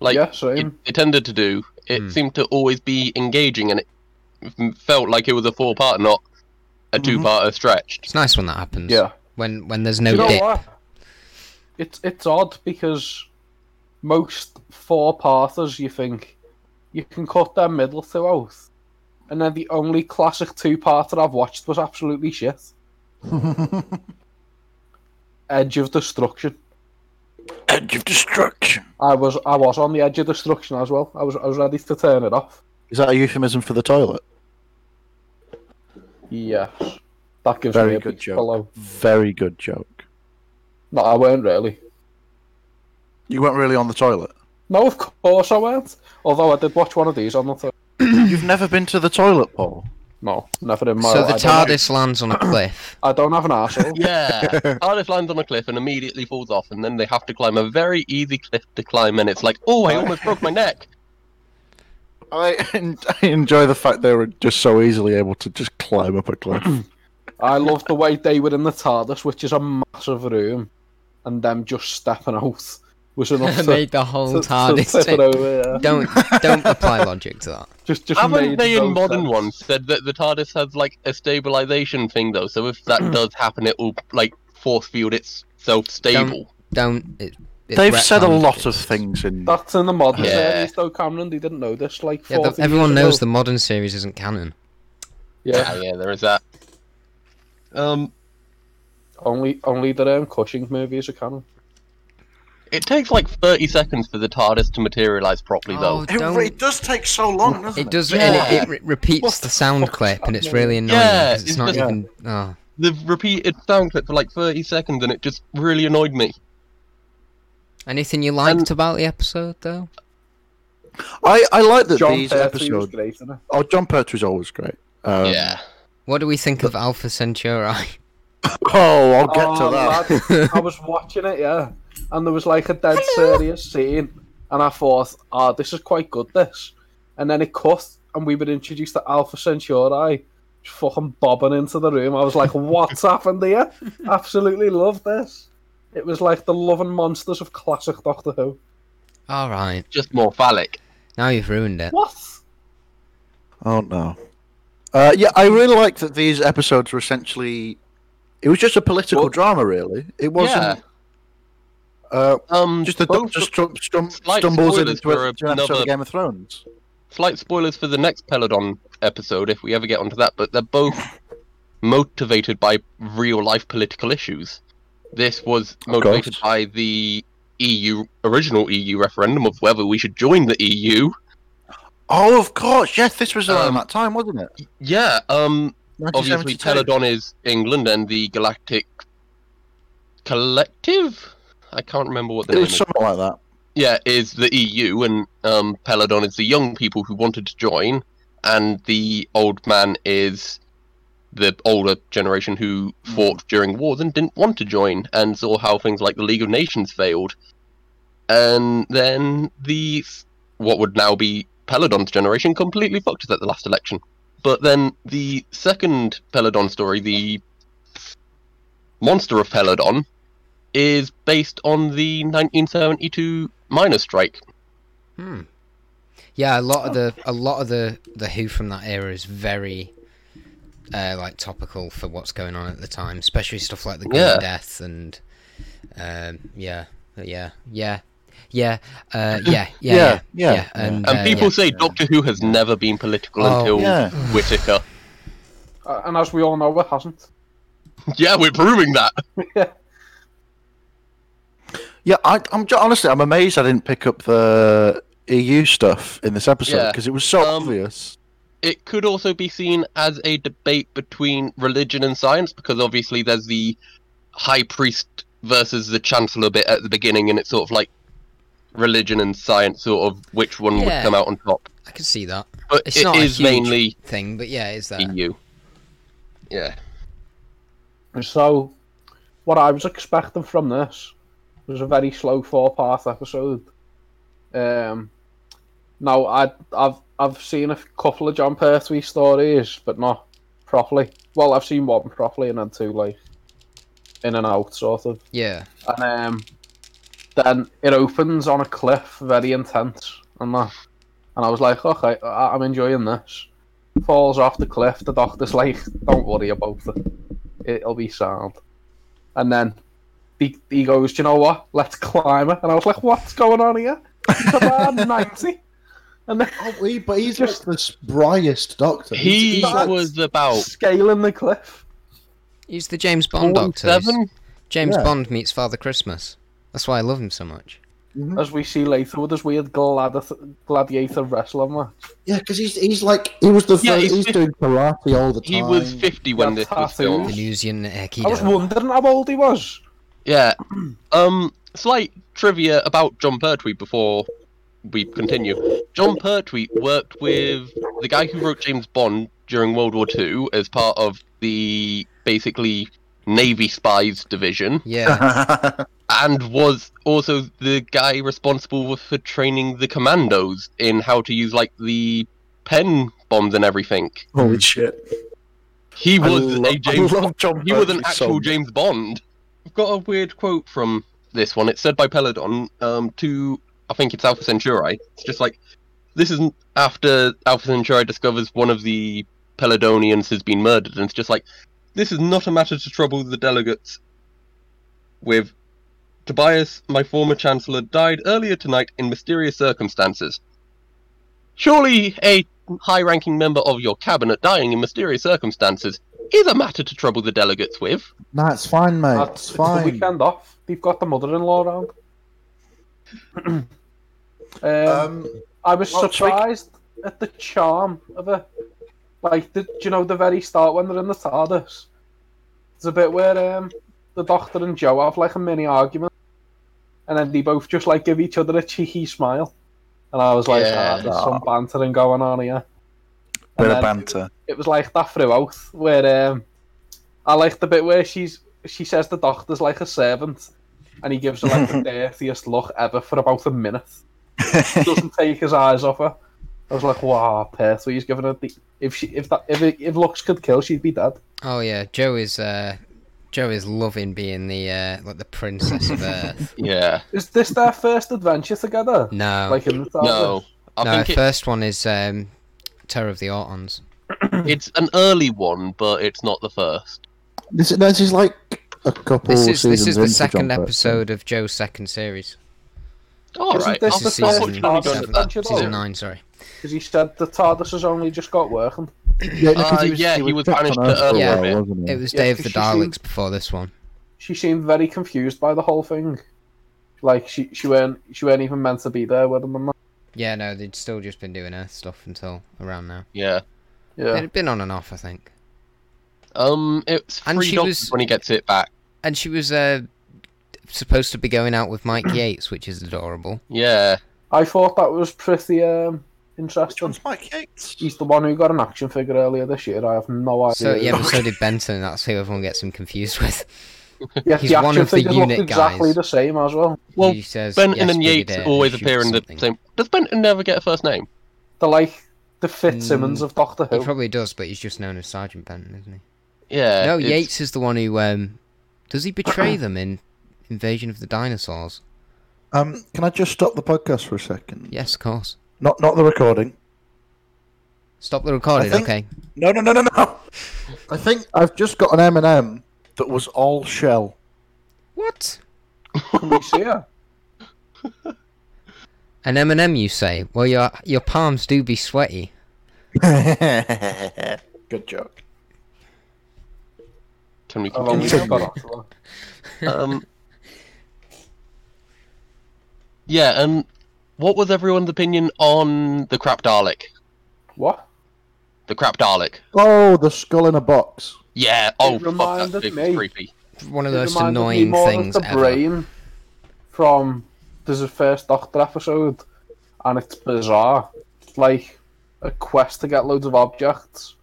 Speaker 3: Like,
Speaker 1: yeah,
Speaker 3: it,
Speaker 1: same.
Speaker 3: it tended to do. It
Speaker 2: Hmm.
Speaker 3: seemed to always be engaging, and it f- felt like it was a four-part, not a
Speaker 4: Mhm.
Speaker 3: two-parter stretched.
Speaker 2: It's nice when that happens.
Speaker 1: Yeah.
Speaker 2: When when there's
Speaker 1: Do
Speaker 2: no
Speaker 1: you know
Speaker 2: dip.
Speaker 1: what? It's it's odd because most four parters you think you can cut their middle two out, and then the only classic two parter I've watched was absolutely shit. Edge of Destruction.
Speaker 4: Edge of destruction.
Speaker 1: I was I was on the edge of destruction as well. I was I was ready to turn it off.
Speaker 4: Is that a euphemism for the toilet?
Speaker 1: Yes. That gives me
Speaker 4: Very
Speaker 1: a
Speaker 4: good
Speaker 1: big
Speaker 4: joke.
Speaker 1: pillow.
Speaker 4: Very good joke.
Speaker 1: No, I weren't really.
Speaker 4: You weren't really on the toilet.
Speaker 1: No, of course I weren't. Although I did watch one of these on the. Th-
Speaker 4: You've never been to the toilet, Paul.
Speaker 1: no, never in my
Speaker 2: So
Speaker 1: life.
Speaker 2: the
Speaker 1: I don't-
Speaker 2: TARDIS lands on a cliff.
Speaker 1: I don't have an arsehole.
Speaker 3: Yeah, Arliff lands on a cliff and immediately falls off, and then they have to climb a very easy cliff to climb, and it's like, oh, I almost broke my neck.
Speaker 4: I, en- I enjoy the fact they were just so easily able to just climb up a cliff.
Speaker 1: I love the way they were in the TARDIS, which is a massive room, and them just stepping out was enough to,
Speaker 2: Made the whole
Speaker 1: to, to tip
Speaker 2: TARDIS. eh?
Speaker 1: it
Speaker 2: take-
Speaker 1: over. Yeah.
Speaker 2: Don't don't apply logic to that.
Speaker 1: Just, just
Speaker 3: Haven't
Speaker 1: made
Speaker 3: they
Speaker 1: no
Speaker 3: in modern
Speaker 1: sense.
Speaker 3: ones said that the TARDIS has like a stabilization thing though? So if
Speaker 1: Mm.
Speaker 3: that does happen, it will like force field itself stable.
Speaker 2: Don't. It, it
Speaker 4: They've said a
Speaker 2: retconned
Speaker 4: lot
Speaker 2: it.
Speaker 4: of things in.
Speaker 1: That's in the modern
Speaker 3: Yeah.
Speaker 1: series, though, Cameron. They didn't know this. Like,
Speaker 2: Yeah, the,
Speaker 1: 40
Speaker 2: everyone
Speaker 1: years
Speaker 2: knows the
Speaker 1: ago.
Speaker 2: modern series isn't canon.
Speaker 1: Yeah,
Speaker 3: Ah, yeah, there is that. Um,
Speaker 1: only only the um, Cushing movies are canon.
Speaker 3: It takes like 30 seconds for the TARDIS to materialize properly,
Speaker 2: Oh,
Speaker 3: though.
Speaker 2: don't. It,
Speaker 4: does take so long, doesn't
Speaker 2: does.
Speaker 3: Yeah.
Speaker 2: And it, it re- repeats the sound clip, and it's really annoying
Speaker 3: Yeah,
Speaker 2: because it's
Speaker 3: it's
Speaker 2: not
Speaker 3: just-
Speaker 2: even. Oh.
Speaker 3: They've repeated sound clip for like 30 seconds and it just really annoyed me.
Speaker 2: Anything you liked
Speaker 3: And-
Speaker 2: about the episode, though?
Speaker 4: I, I like that
Speaker 1: John
Speaker 4: these
Speaker 1: Pertwee was
Speaker 4: episodes.
Speaker 1: great in it.
Speaker 4: Oh, John Pertwee's always great.
Speaker 1: Oh.
Speaker 4: Um,
Speaker 3: yeah.
Speaker 2: What do we think of Alpha Centauri?
Speaker 4: Oh, I'll get
Speaker 1: Oh,
Speaker 4: to that.
Speaker 1: lad, I was watching it, yeah, and there was like a dead serious scene, and I thought, ah, this is quite good, this. And then it cut, and we were introduced to Alpha Centauri, just fucking bobbing into the room. I was like, what's happened here? Absolutely love this. It was like the loving monsters of classic Doctor Who.
Speaker 2: All right,
Speaker 3: Just more phallic.
Speaker 2: now you've ruined it.
Speaker 1: What?
Speaker 4: Oh no. Uh, yeah, I really like that these episodes were essentially. It was just a political
Speaker 3: Well-
Speaker 4: drama, really. It wasn't. Uh,
Speaker 3: Um,
Speaker 4: just the
Speaker 3: both-
Speaker 4: Doctor stum- stum-
Speaker 3: Slight
Speaker 4: stumbles
Speaker 3: spoilers
Speaker 4: into a,
Speaker 3: for
Speaker 4: to an episode
Speaker 3: another-
Speaker 4: of Game of Thrones.
Speaker 3: slight spoilers for the next Peladon episode if we ever get onto that, but they're both motivated by real life political issues. This was motivated
Speaker 4: course.
Speaker 3: by the EU, original EU referendum of whether we should join the E EU.
Speaker 4: Oh, of course. Yes, this was around
Speaker 3: Um,
Speaker 4: that time, wasn't it?
Speaker 3: Yeah, um, obviously
Speaker 4: 1972.
Speaker 3: Teledon is England and the Galactic Collective. I can't remember what the
Speaker 4: It
Speaker 3: name
Speaker 4: was
Speaker 3: is.
Speaker 4: something like that.
Speaker 3: Yeah, is the EU and um, Peladon is the young people who wanted to join, and the old man is the older generation who fought during wars and didn't want to join and saw how things like the League of Nations failed. And then the s- what would now be Peladon's generation completely fucked us at the last election. But then the second Peladon story, the monster of Peladon, is based on the 1972 miners' strike.
Speaker 2: Hmm. Yeah, a lot of the a lot of the the Who from that era is very uh, like topical for what's going on at the time, especially stuff like the Green
Speaker 3: Yeah.
Speaker 2: Death and um, yeah, yeah, yeah, yeah, uh, yeah, yeah, yeah, yeah,
Speaker 4: Yeah, yeah, yeah.
Speaker 2: and,
Speaker 3: And
Speaker 2: uh,
Speaker 3: people
Speaker 2: yeah.
Speaker 3: say Doctor Who has never been political
Speaker 2: Oh.
Speaker 3: until
Speaker 4: Yeah.
Speaker 3: Whittaker.
Speaker 1: Uh, and as we all know, it hasn't.
Speaker 3: yeah, we're proving that.
Speaker 4: Yeah, I, I'm ju- honestly, I'm amazed I didn't pick up the EU stuff in this episode
Speaker 3: Yeah.
Speaker 4: because it was so
Speaker 3: Um,
Speaker 4: obvious.
Speaker 3: It could also be seen as a debate between religion and science, because obviously there's the high priest versus the chancellor bit at the beginning, and it's sort of like religion and science, sort of which one
Speaker 2: Yeah.
Speaker 3: would come out on top.
Speaker 2: I can see that
Speaker 3: But
Speaker 2: It's
Speaker 3: it's
Speaker 2: not a huge
Speaker 3: mainly
Speaker 2: thing, but yeah, is that
Speaker 3: EU. Yeah.
Speaker 1: So, what I was expecting from this was a very slow four-part episode. Um, now I, I've I've seen a couple of John Pertwee stories, but not properly. Well, I've seen one properly and then two like in and out sort of.
Speaker 2: yeah,
Speaker 1: and um, then it opens on a cliff, very intense, and that. And I was like, okay, I- I'm enjoying this. Falls off the cliff. The doctor's like, don't worry about it. It'll be sound. And then he, he goes, Do you know what? Let's climb it. And I was like, what's going on here? It's about 90. And then
Speaker 4: Oh, he, but he's just the spryest doctor.
Speaker 3: He
Speaker 1: that's-
Speaker 3: was about
Speaker 1: scaling the cliff.
Speaker 2: he's the James Bond doctor. He's-
Speaker 3: seven.
Speaker 2: James
Speaker 4: Yeah.
Speaker 2: Bond meets Father Christmas. That's why I love him so much.
Speaker 1: As we see later with this weird gladi- gladiator wrestler match.
Speaker 4: Yeah, because he's he's like he was the
Speaker 3: Yeah,
Speaker 4: fir-
Speaker 3: he's
Speaker 4: he's,
Speaker 3: fif-
Speaker 4: doing karate all the time.
Speaker 3: He was 50 when this was
Speaker 1: Tattoos.
Speaker 2: The
Speaker 3: filmed.
Speaker 2: Venusian
Speaker 1: I was
Speaker 2: Aikido.
Speaker 1: wondering how old he was.
Speaker 3: Yeah. Um, slight trivia about John Pertwee before we continue. John Pertwee worked with the guy who wrote James Bond during World War II as part of the basically Navy spies division,
Speaker 2: Yeah,
Speaker 3: and was also the guy responsible for training the commandos in how to use like the pen bombs and everything.
Speaker 4: Holy shit!
Speaker 3: He
Speaker 4: I
Speaker 3: was
Speaker 4: love-
Speaker 3: a James
Speaker 4: I love John
Speaker 3: he was an
Speaker 4: Pertwee so
Speaker 3: actual
Speaker 4: much.
Speaker 3: James Bond. I've got a weird quote from this one. It's said by Peladon um, to, I think it's Alpha Centauri. It's just like, this isn't after Alpha Centauri discovers one of the Peladonians has been murdered, and it's just like, this is not a matter to trouble the delegates with. Tobias, my former chancellor, died earlier tonight in mysterious circumstances. Surely a high ranking member of your cabinet dying in mysterious circumstances is a matter to trouble the delegates with.
Speaker 4: Nah, it's fine, mate.
Speaker 1: That's
Speaker 4: it's
Speaker 1: it's the
Speaker 4: fine.
Speaker 1: weekend off. They've got the mother-in-law round. um,
Speaker 4: Um,
Speaker 1: I was
Speaker 4: well, should we-
Speaker 1: surprised at the charm of it. Like, the, do you know the very start when they're in the TARDIS? There's a bit where um, the Doctor and Joe have like a mini argument, and then they both just like give each other a cheeky smile, and I was like, ah,
Speaker 3: Yeah.
Speaker 1: there's some bantering going on here.
Speaker 4: bit
Speaker 1: And then-
Speaker 4: of banter.
Speaker 1: it was like that throughout where um I like the bit where she's she says the doctor's like a servant and he gives her like the dirtiest look ever for about a minute. Doesn't take his eyes off her. I was like, wow, Pertwee's giving her the if she if that if it, if looks could kill, she'd be dead.
Speaker 2: Oh yeah, Joe is uh, Joe is loving being the uh, like the princess of Earth.
Speaker 3: Yeah.
Speaker 1: Is this their first adventure together?
Speaker 2: No,
Speaker 1: Like in the TARDIS?
Speaker 3: No. I
Speaker 2: no.
Speaker 3: think it,
Speaker 2: First one is um, Terror of the Autons.
Speaker 3: it's an early one, but it's not the first.
Speaker 4: This, is- this is like a couple.
Speaker 2: This is this
Speaker 4: seasons
Speaker 2: is the
Speaker 4: into John
Speaker 2: second
Speaker 4: Pertwee.
Speaker 2: episode of Joe's second series.
Speaker 3: All
Speaker 1: Isn't
Speaker 3: right.
Speaker 1: this
Speaker 3: I'll,
Speaker 2: This is
Speaker 1: That's the first
Speaker 2: season
Speaker 3: I'll put you
Speaker 1: part of
Speaker 3: down
Speaker 1: the
Speaker 3: to
Speaker 2: seven,
Speaker 3: that.
Speaker 1: adventure, though.
Speaker 2: season nine. Sorry.
Speaker 1: Because he said the TARDIS has only just got working.
Speaker 4: Yeah, no, 'cause
Speaker 3: Uh, yeah, he was
Speaker 4: trapped
Speaker 3: banished
Speaker 4: on
Speaker 3: to
Speaker 4: Earth for a
Speaker 2: Earth.
Speaker 4: while,
Speaker 3: Yeah.
Speaker 4: wasn't he?
Speaker 2: It was
Speaker 1: Yeah,
Speaker 2: Day of the
Speaker 1: 'cause she seemed-
Speaker 2: Daleks before this one.
Speaker 1: She seemed very confused by the whole thing. Like she she weren't she weren't even meant to be there with him and that.
Speaker 2: Yeah, no, they'd still just been doing Earth stuff until around now.
Speaker 3: Yeah.
Speaker 1: Yeah.
Speaker 2: They'd been on and off, I think.
Speaker 3: Um, it's
Speaker 2: And
Speaker 3: free
Speaker 2: she
Speaker 3: dollars
Speaker 2: was-
Speaker 3: when he gets it back.
Speaker 2: And she was uh, supposed to be going out with Mike Yates, which is adorable.
Speaker 3: Yeah.
Speaker 1: I thought that was pretty um, interesting.
Speaker 4: Mike Yates?
Speaker 1: He's the one who got an action figure earlier this year. I have no idea.
Speaker 2: So yeah, but so did Benton. That's who everyone gets him confused with.
Speaker 1: Yet
Speaker 2: he's
Speaker 1: the
Speaker 2: one
Speaker 1: action
Speaker 2: of the
Speaker 1: figures looked
Speaker 2: unit
Speaker 1: exactly
Speaker 2: guys.
Speaker 1: the same as well.
Speaker 3: Well,
Speaker 2: he says,
Speaker 3: Benton
Speaker 2: "Yes,
Speaker 3: and
Speaker 2: we
Speaker 3: Yates
Speaker 2: did it," and
Speaker 3: always
Speaker 2: he
Speaker 3: appear
Speaker 2: shoots
Speaker 3: in the
Speaker 2: something.
Speaker 3: same. Does Benton never get a first name?
Speaker 1: They're like the Fitzsimmons of Doctor
Speaker 2: Hmm. He
Speaker 1: Who.
Speaker 2: probably does, but he's just known as Sergeant Benton, isn't he?
Speaker 3: Yeah.
Speaker 2: no,
Speaker 3: it's-
Speaker 2: Yates is the one who. Um, does he betray them in Invasion of the Dinosaurs.
Speaker 4: Um, can I just stop the podcast for a second?
Speaker 2: Yes, of course.
Speaker 4: Not not the recording.
Speaker 2: Stop the recording.
Speaker 4: think-
Speaker 2: Okay.
Speaker 4: No, no, no, no, no. I think I've just got an M and M that was all shell.
Speaker 2: What?
Speaker 1: Can we see her?
Speaker 2: An M&M, you say? Well, your your palms do be sweaty.
Speaker 4: Good joke.
Speaker 3: Can we
Speaker 1: Along
Speaker 3: continue?
Speaker 1: with the Tarantula.
Speaker 3: um, yeah, and what was everyone's opinion on the crap Dalek?
Speaker 1: What?
Speaker 3: The crap Dalek.
Speaker 4: Oh, the skull in a box.
Speaker 3: Yeah. Oh, fuck,
Speaker 1: reminded
Speaker 3: that thing
Speaker 1: me.
Speaker 3: was creepy.
Speaker 2: One of
Speaker 1: It
Speaker 2: the most
Speaker 1: reminded me
Speaker 2: annoying
Speaker 1: more of
Speaker 2: things
Speaker 1: the
Speaker 2: ever.
Speaker 1: brain from there's a first Doctor episode, and it's bizarre. It's like a quest to get loads of objects,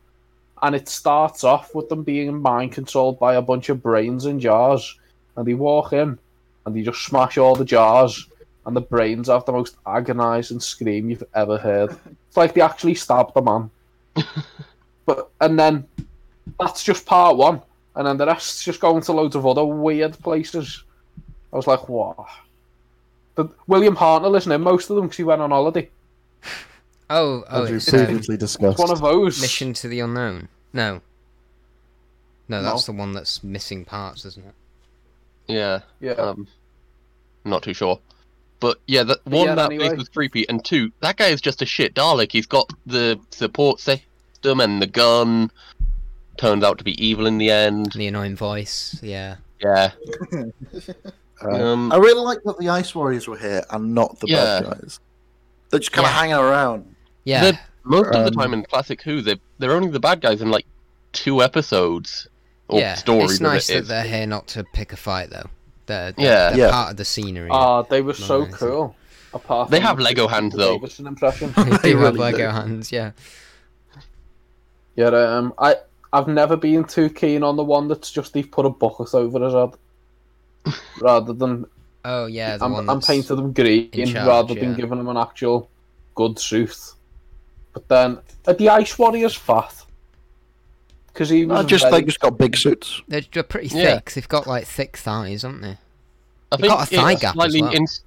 Speaker 1: and it starts off with them being mind controlled by a bunch of brains in jars, and they walk in, and they just smash all the jars, and the brains have the most agonising scream you've ever heard. It's like they actually stabbed a man. but and then that's just part one and then the rest's just going to loads of other weird places. I was like, what? But William Hartnell isn't in most of them because he went on holiday.
Speaker 2: Oh, oh,
Speaker 4: as we
Speaker 2: it's um,
Speaker 4: previously
Speaker 1: It's
Speaker 4: discussed.
Speaker 1: one of those.
Speaker 2: Mission to the Unknown. No. No,
Speaker 1: No.
Speaker 2: that's the one that's missing parts, isn't it?
Speaker 3: Yeah.
Speaker 1: Yeah.
Speaker 3: Um, I'm not too sure. But yeah, that
Speaker 1: But
Speaker 3: one
Speaker 1: yeah,
Speaker 3: that
Speaker 1: anyway.
Speaker 3: place was creepy, and two, that guy is just a shit Dalek. He's got the support system and the gun. Turns out to be evil in the end.
Speaker 2: The annoying voice. Yeah.
Speaker 3: Yeah.
Speaker 4: Uh,
Speaker 3: Um,
Speaker 4: I really like that the Ice Warriors were here and not the bad guys. They're just kind of
Speaker 2: Yeah.
Speaker 4: hanging around.
Speaker 2: Yeah.
Speaker 3: They're- most of the
Speaker 4: um,
Speaker 3: time in classic Who, they're they're only the bad guys in like two episodes or
Speaker 2: yeah.
Speaker 3: stories.
Speaker 2: it's nice
Speaker 3: of it
Speaker 2: that
Speaker 3: is.
Speaker 2: they're here not to pick a fight, though. They're, they're,
Speaker 3: Yeah.
Speaker 2: they're
Speaker 4: Yeah.
Speaker 2: part of the scenery.
Speaker 1: Ah, they were so
Speaker 2: Nice.
Speaker 1: cool. Apart
Speaker 3: They
Speaker 1: from
Speaker 3: have Lego hands,
Speaker 1: Peter
Speaker 3: though.
Speaker 1: Davison impression.
Speaker 2: they do have
Speaker 4: really
Speaker 2: Lego
Speaker 4: do.
Speaker 2: hands, yeah.
Speaker 1: yeah, um, I I've never been too keen on the one that's just they've put a bucket over his head. Rather than
Speaker 2: Oh, yeah, the one
Speaker 1: I'm, I'm
Speaker 2: that's-
Speaker 1: painting them green
Speaker 2: in charge,
Speaker 1: rather than
Speaker 2: yeah.
Speaker 1: giving them an actual good suit. But then, are the Ice Warriors fat? Because he was
Speaker 4: I just
Speaker 1: very
Speaker 4: they just got big suits.
Speaker 2: They're, they're pretty
Speaker 3: Yeah.
Speaker 2: thick. They've got, like, thick thighs, haven't they?
Speaker 3: I
Speaker 2: They've
Speaker 3: think
Speaker 2: got a thigh
Speaker 3: it's
Speaker 2: gap as
Speaker 3: slightly
Speaker 2: well.
Speaker 3: ins-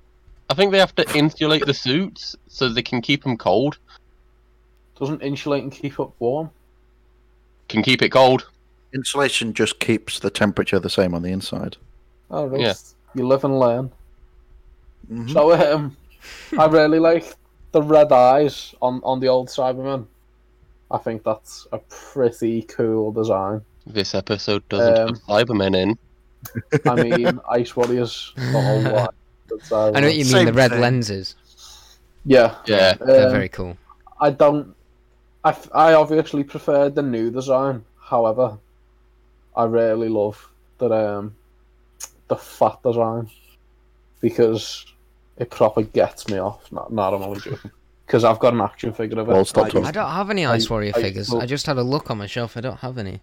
Speaker 3: I think they have to insulate the suits so they can keep them cold.
Speaker 1: doesn't insulate and keep up warm.
Speaker 3: Can keep it cold.
Speaker 4: Insulation just keeps the temperature the same on the inside.
Speaker 1: Oh,
Speaker 3: Yeah.
Speaker 1: Rust, you live and learn.
Speaker 4: Mhm.
Speaker 1: So um, I really like the red eyes on on the old Cyberman. I think that's a pretty cool design.
Speaker 3: This episode doesn't
Speaker 1: Um,
Speaker 3: have Cybermen in.
Speaker 1: I mean, Ice Warriors the whole lot. That's, uh,
Speaker 2: I know what you mean,
Speaker 4: Same
Speaker 2: the red
Speaker 4: thing.
Speaker 2: lenses.
Speaker 1: Yeah,
Speaker 3: Yeah.
Speaker 2: They're
Speaker 1: um,
Speaker 2: very cool.
Speaker 1: I don't. I, f- I obviously prefer the new design. However, I really love the um the fat design because it proper gets me off. Not not I'm only joking because I've got an action figure of it.
Speaker 4: Well, stop
Speaker 1: I,
Speaker 4: talking.
Speaker 2: I don't have any Ice Warrior
Speaker 1: I-
Speaker 2: figures.
Speaker 1: well-
Speaker 2: I just had a look on my shelf. I don't have any.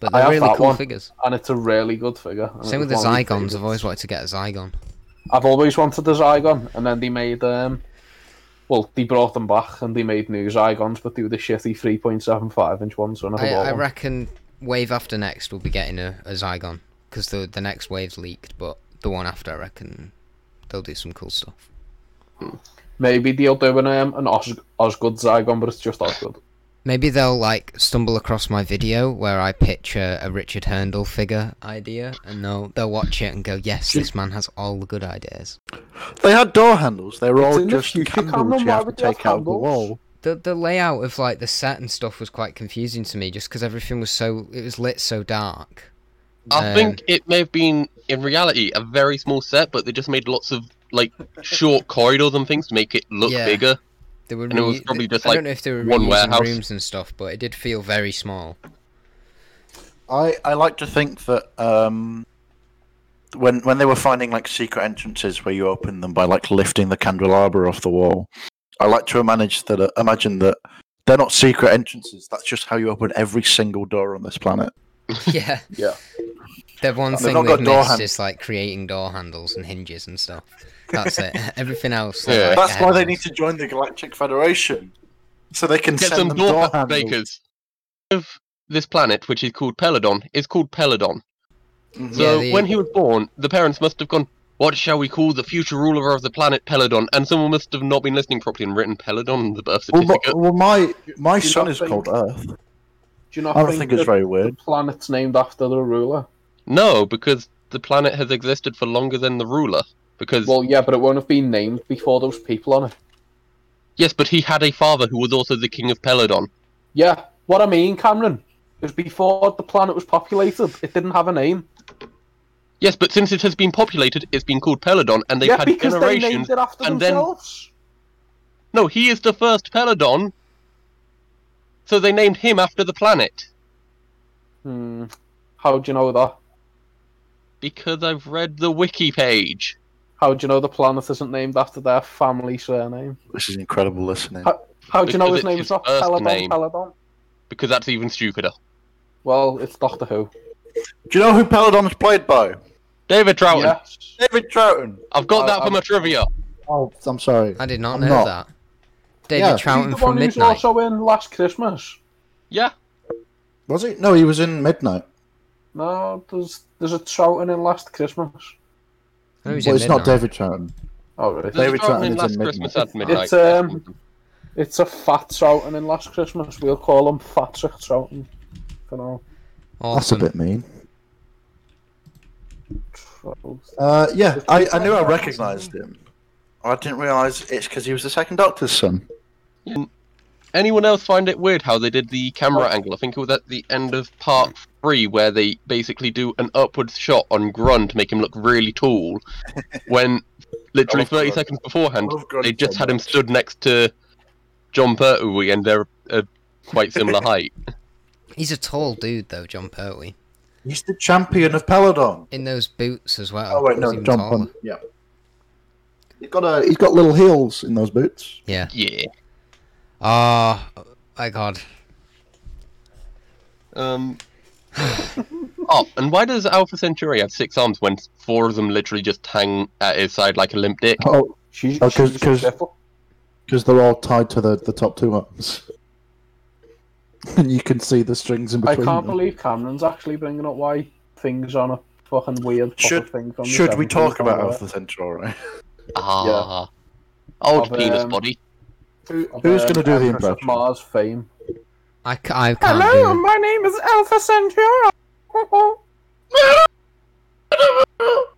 Speaker 2: But
Speaker 1: I
Speaker 2: they're
Speaker 1: have
Speaker 2: really
Speaker 1: that
Speaker 2: cool
Speaker 1: one.
Speaker 2: figures.
Speaker 1: and it's a really good figure. and
Speaker 2: Same
Speaker 1: it
Speaker 2: with the
Speaker 1: was one of my
Speaker 2: Zygons. I've
Speaker 1: favourites.
Speaker 2: always wanted to get a Zygon.
Speaker 1: I've always wanted the Zygon, and then they made um. Well, they brought them back and they made new Zygons, but they were the shitty 3.75 inch ones. So I never
Speaker 2: I,
Speaker 1: bought
Speaker 2: I
Speaker 1: one.
Speaker 2: reckon wave after next will be getting a, a Zygon because the the next wave's leaked, but the one after I reckon they'll do some cool stuff.
Speaker 1: Maybe they'll do an, um, an Os- Osgood Zygon, but it's just Osgood.
Speaker 2: Maybe they'll like stumble across my video where I pitch a, a Richard Herndl figure idea, and they'll they'll watch it and go, "Yes, this man has all the good ideas."
Speaker 4: They had door handles. They were
Speaker 1: It's
Speaker 4: all
Speaker 1: in the
Speaker 4: just
Speaker 1: future, Cameron,
Speaker 4: candles you
Speaker 1: why
Speaker 4: have to
Speaker 1: would you have
Speaker 4: take out of the
Speaker 1: candles?
Speaker 4: wall.
Speaker 2: The the layout of like the set and stuff was quite confusing to me, just because everything was so it was lit so dark.
Speaker 3: I
Speaker 2: Um,
Speaker 3: think it may have been, in reality, a very small set, but they just made lots of like short corridors and things to make it look
Speaker 2: Yeah.
Speaker 3: bigger.
Speaker 2: They were
Speaker 3: And it was
Speaker 2: reu-
Speaker 3: probably just,
Speaker 2: I
Speaker 3: like,
Speaker 2: don't know if they were
Speaker 3: one
Speaker 2: reusing
Speaker 3: warehouse.
Speaker 2: rooms and stuff, but it did feel very small.
Speaker 4: I, I like to think that um, when when they were finding like secret entrances where you open them by like lifting the candelabra off the wall, I like to manage that. uh, imagine that they're not secret entrances. That's just how you open every single door on this planet.
Speaker 2: yeah.
Speaker 1: Yeah.
Speaker 2: The one
Speaker 4: And they've
Speaker 2: thing
Speaker 4: not
Speaker 2: we've
Speaker 4: got door
Speaker 2: missed
Speaker 4: hand-
Speaker 2: is like creating door handles and hinges and stuff. That's it. Everything else.
Speaker 3: Yeah.
Speaker 2: like, um,
Speaker 4: That's
Speaker 2: ahead
Speaker 4: why
Speaker 2: of
Speaker 4: they
Speaker 2: us.
Speaker 4: need to join the Galactic Federation, so they can
Speaker 3: Get
Speaker 4: send
Speaker 3: some
Speaker 4: them door
Speaker 3: door
Speaker 4: handles.
Speaker 3: makers. Of this planet, which is called Peladon, is called Peladon. So
Speaker 2: Yeah, the-
Speaker 3: when he was born, the parents must have gone, "What shall we call the future ruler of the planet Peladon?" And someone must have not been listening properly and written Peladon on the birth
Speaker 4: Well,
Speaker 3: certificate.
Speaker 4: but, well my my
Speaker 1: Do you
Speaker 4: son
Speaker 1: not
Speaker 4: is
Speaker 1: think-
Speaker 4: called Earth.
Speaker 1: Do you not
Speaker 4: I don't
Speaker 1: think,
Speaker 4: think it's
Speaker 1: that
Speaker 4: very
Speaker 1: the
Speaker 4: weird.
Speaker 1: planet's named after the ruler?
Speaker 3: no, because the planet has existed for longer than the ruler. Because
Speaker 1: Well, yeah, but it won't have been named before there was people on it.
Speaker 3: yes, but he had a father who was also the king of Peladon.
Speaker 1: Yeah, what I mean, Cameron, is before the planet was populated, it didn't have a name.
Speaker 3: Yes, but since it has been populated, it's been called Peladon, and they've
Speaker 1: yeah,
Speaker 3: had
Speaker 1: because they
Speaker 3: generations.
Speaker 1: named it after
Speaker 3: and then-
Speaker 1: themselves.
Speaker 3: No, he is the first Peladon. So they named him after the planet
Speaker 1: Hmm. How do you know that?
Speaker 3: because I've read the wiki page.
Speaker 1: How do you know the planet isn't named after their family surname?
Speaker 4: This is incredible listening.
Speaker 1: How- How do you know his
Speaker 3: Because it's
Speaker 1: name's
Speaker 3: his
Speaker 1: not
Speaker 3: first
Speaker 1: Peladon?
Speaker 3: name.
Speaker 1: Peladon.
Speaker 3: Because that's even stupider.
Speaker 1: Well, it's Doctor Who.
Speaker 4: Do you know who Peladon is played by?
Speaker 3: David Troughton.
Speaker 1: Yes.
Speaker 4: David Troughton.
Speaker 3: I've got
Speaker 1: I-
Speaker 3: that for
Speaker 1: I'm-
Speaker 3: my trivia.
Speaker 4: Oh, I'm sorry.
Speaker 2: I did not
Speaker 4: I'm
Speaker 2: know
Speaker 4: not.
Speaker 2: that. David
Speaker 4: Yeah.
Speaker 1: He's the
Speaker 2: Troughton
Speaker 1: one
Speaker 2: from
Speaker 1: who's
Speaker 2: Midnight.
Speaker 1: also in Last Christmas.
Speaker 3: Yeah.
Speaker 4: Was he? No, he was in Midnight.
Speaker 1: No, there's there's a Troughton in Last Christmas.
Speaker 2: I know Oh, he's
Speaker 4: well,
Speaker 2: in
Speaker 4: it's not
Speaker 2: Midnight.
Speaker 4: David Troughton.
Speaker 1: Oh, really?
Speaker 4: David
Speaker 3: There's a
Speaker 4: Troughton
Speaker 3: Troughton in
Speaker 4: is
Speaker 3: Last
Speaker 4: in
Speaker 3: Christmas
Speaker 4: Midnight.
Speaker 3: at midnight.
Speaker 1: It's, um, It's a fat Troughton in Last Christmas. We'll call him Fat Sick Troughton. For now.
Speaker 4: That's a
Speaker 2: Awesome.
Speaker 4: bit mean.
Speaker 1: Troughton.
Speaker 4: Uh, yeah, I, I knew I recognised him. I didn't realise it's because he was the second Doctor's son.
Speaker 3: Anyone else find it weird how they did the camera angle? I think it was at the end of part three where they basically do an upwards shot on Grun to make him look really tall, when literally
Speaker 4: I love
Speaker 3: 30
Speaker 4: Grun.
Speaker 3: seconds beforehand
Speaker 4: I love Grun
Speaker 3: they just
Speaker 4: so
Speaker 3: had him
Speaker 4: much.
Speaker 3: stood next to John Pertwee and they're uh, quite similar height.
Speaker 2: He's a tall dude though, John Pertwee.
Speaker 4: He's the champion of Peladon.
Speaker 2: In those boots as well.
Speaker 4: Oh wait,
Speaker 2: He's
Speaker 4: no,
Speaker 2: even
Speaker 4: John
Speaker 2: taller.
Speaker 4: Pond. Yeah, he's got a he's got little heels in those boots.
Speaker 2: Yeah.
Speaker 3: Yeah.
Speaker 2: Ah, my God.
Speaker 3: Um. oh, and why does Alpha Centauri have six arms when four of them literally just hang at his side like a limp dick?
Speaker 4: Oh,
Speaker 1: She,
Speaker 4: Oh, 'cause-
Speaker 1: she's
Speaker 4: 'cause-
Speaker 1: beautiful.
Speaker 4: because they're all tied to the, the top two arms, and you can see the strings in
Speaker 1: I
Speaker 4: between.
Speaker 1: can't
Speaker 4: them.
Speaker 1: believe Cameron's actually bringing up why things on a fucking weird
Speaker 4: Should-
Speaker 1: thing. From the
Speaker 4: Should we
Speaker 1: 70s
Speaker 4: talk about
Speaker 1: somewhere.
Speaker 4: Alpha Centauri?
Speaker 3: Ah. Old
Speaker 1: Of,
Speaker 3: penis
Speaker 1: um,
Speaker 3: body.
Speaker 4: Who, who's
Speaker 1: Um,
Speaker 4: going to do the
Speaker 1: Empress of
Speaker 4: impression?
Speaker 1: Mars fame.
Speaker 2: I, ca- I can't
Speaker 1: Hello,
Speaker 2: do
Speaker 1: my name is Alpha Centauri.
Speaker 2: it.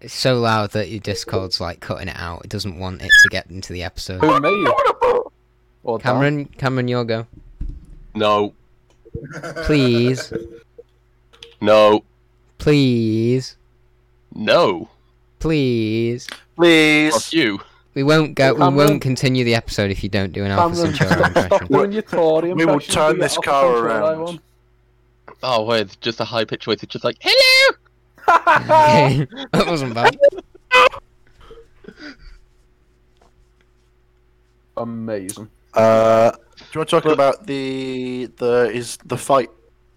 Speaker 2: It's so loud that your Discord's like cutting it out. It doesn't want it to get into the episode.
Speaker 1: Who me? Or Dan?
Speaker 2: Cameron, Cameron, your go.
Speaker 3: No,
Speaker 2: Please,
Speaker 3: no,
Speaker 2: please,
Speaker 3: no.
Speaker 2: please.
Speaker 3: Fuck
Speaker 4: Please.
Speaker 3: you.
Speaker 2: We won't go. We
Speaker 1: Cameron?
Speaker 2: won't continue the episode if you don't do an Alpha
Speaker 1: Cameron,
Speaker 2: Centauri
Speaker 1: Stop
Speaker 2: impression.
Speaker 1: doing your Tory
Speaker 4: We will
Speaker 1: impressions,
Speaker 4: turn
Speaker 1: do
Speaker 4: this
Speaker 1: Alpha
Speaker 4: car
Speaker 1: Centauri
Speaker 4: around.
Speaker 1: one.
Speaker 3: Oh, wait, it's just a high pitched voice. It's just like, hello!
Speaker 2: Okay, that wasn't bad.
Speaker 1: Amazing.
Speaker 4: Uh, do you want to talk
Speaker 3: Well-
Speaker 4: about the the is the fight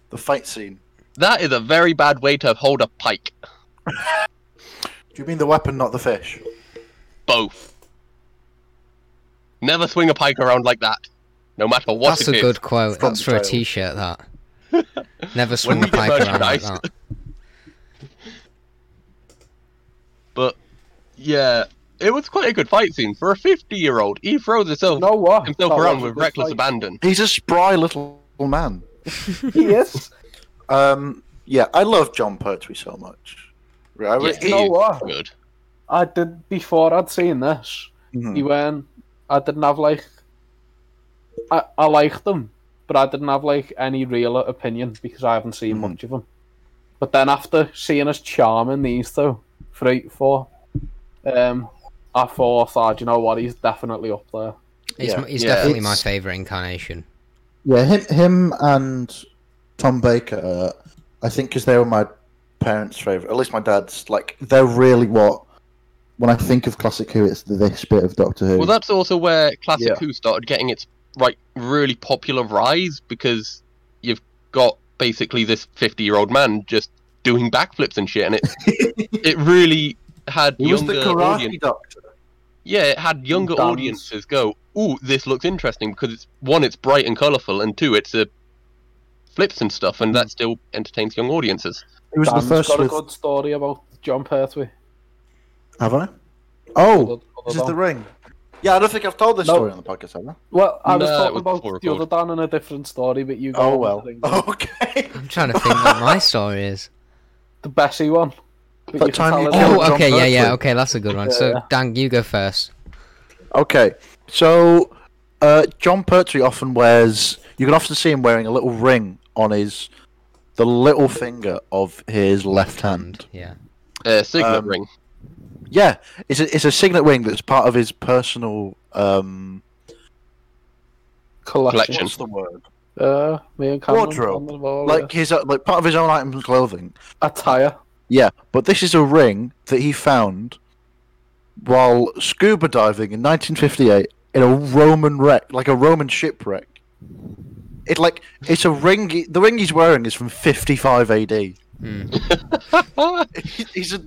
Speaker 4: the fight scene?
Speaker 3: That is a very bad way to hold a pike.
Speaker 4: Do you mean the weapon, not the fish?
Speaker 3: Both. Never swing a pike around like that. No matter what
Speaker 2: That's
Speaker 3: it
Speaker 2: a
Speaker 3: is.
Speaker 2: good quote.
Speaker 4: From
Speaker 2: That's for a
Speaker 4: Dale.
Speaker 2: T-shirt. That. Never swing
Speaker 3: we
Speaker 2: a
Speaker 3: get
Speaker 2: pipe around like
Speaker 3: merchandise.
Speaker 2: that.
Speaker 3: But, yeah, it was quite a good fight scene. For a 50 year old, he throws himself,
Speaker 1: You know what?
Speaker 3: himself
Speaker 1: That
Speaker 3: around
Speaker 1: was a
Speaker 3: with
Speaker 1: good
Speaker 3: reckless
Speaker 1: fight.
Speaker 3: abandon.
Speaker 4: He's a spry little man.
Speaker 1: Yes.
Speaker 4: Um, yeah, I love John Pertwee so much. Right, I re-
Speaker 3: Yeah,
Speaker 1: You know
Speaker 3: he is
Speaker 1: what?
Speaker 3: Good.
Speaker 1: I did before I'd seen this.
Speaker 4: Mhm.
Speaker 1: He went. I didn't have like. I, I liked them, but I didn't have like any real opinion because I haven't seen
Speaker 4: Mhm.
Speaker 1: much of them. But then after seeing us charming these two, three, four, um, I thought, ah, do you know what? He's definitely up there.
Speaker 2: He's,
Speaker 4: Yeah.
Speaker 2: m he's
Speaker 3: Yeah.
Speaker 2: definitely my
Speaker 4: It's-
Speaker 2: favorite incarnation.
Speaker 4: Yeah, him, him and Tom Baker. Uh, I think because they were my parents' favorite, at least my dad's. Like they're really what when I think of classic Who, it's this bit of Doctor Who.
Speaker 3: Well, that's also where Classic
Speaker 1: Yeah.
Speaker 3: Who started getting its like really popular rise because you've got basically this fifty-year-old man just doing backflips and shit, and it it really had
Speaker 4: he was the
Speaker 3: younger
Speaker 4: Karate
Speaker 3: audience.
Speaker 4: Doctor.
Speaker 3: Yeah, it had younger
Speaker 1: Dance.
Speaker 3: audiences go, "Ooh, this looks interesting," because it's one, it's bright and colourful, and two, it's a flips and stuff, and
Speaker 4: Mm.
Speaker 3: that still entertains young audiences.
Speaker 4: It was
Speaker 1: Dan's
Speaker 4: the first
Speaker 1: got
Speaker 4: with...
Speaker 1: a good story about John Pertwee.
Speaker 4: Have I? Oh,
Speaker 1: Hold
Speaker 4: this
Speaker 1: on.
Speaker 4: is the ring. Yeah, I don't think I've told this
Speaker 1: No.
Speaker 4: story on the podcast, have I?
Speaker 1: Well, I was
Speaker 3: No, it
Speaker 1: talking
Speaker 3: was before
Speaker 1: about the other
Speaker 3: record.
Speaker 1: Dan and a different story, but you. got
Speaker 4: Oh
Speaker 1: on
Speaker 4: well.
Speaker 1: the thing.
Speaker 4: Okay.
Speaker 2: I'm trying to think what my story is.
Speaker 1: The Bessie one. But
Speaker 4: That
Speaker 1: you
Speaker 4: time you
Speaker 1: tell
Speaker 4: killed
Speaker 1: it-
Speaker 4: John
Speaker 2: Oh, okay, yeah, yeah,
Speaker 4: Pertwee.
Speaker 2: okay, that's a good one. So,
Speaker 1: Yeah.
Speaker 2: Dan, you go first.
Speaker 4: Okay, so uh, John Pertwee often wears. You can often see him wearing a little ring on his, the little finger of his left hand.
Speaker 2: Yeah.
Speaker 3: Uh, signet
Speaker 4: Um,
Speaker 3: ring.
Speaker 4: Yeah, it's a, it's a signet ring that's part of his personal. Um,
Speaker 1: collection.
Speaker 3: Collection.
Speaker 4: what's the word?
Speaker 1: Uh, me and Cameron.
Speaker 4: Wardrobe.
Speaker 1: on the wall,
Speaker 4: Like his uh, like part of his own items and clothing.
Speaker 1: yeah. attire.
Speaker 4: Yeah, but this is a ring that he found while scuba diving in 1958 in a Roman wreck, like a Roman shipwreck. It like it's a ring. he- The ring he's wearing is from 55 AD.
Speaker 2: Hmm.
Speaker 4: He's a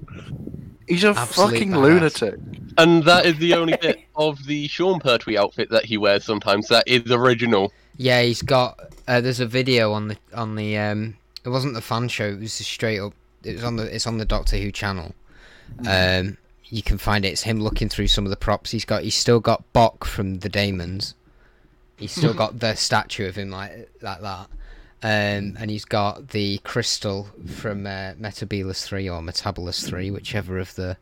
Speaker 4: he's a
Speaker 2: Absolute
Speaker 4: fucking
Speaker 2: badass.
Speaker 4: lunatic.
Speaker 3: And that is the only bit of the Sean Pertwee outfit that he wears sometimes that is original.
Speaker 2: Yeah, he's got. Uh, there's a video on the on the. Um, it wasn't the fan show. It was just straight up. It was on the. It's on the Doctor Who channel.
Speaker 3: Mm-hmm.
Speaker 2: Um, you can find it. It's him looking through some of the props he's got. He's still got Bok from the Daemons. He's still
Speaker 3: Mm-hmm.
Speaker 2: got the statue of him like like that. Um, and he's got the crystal from uh, Metabolus three or Metabolus three, whichever of the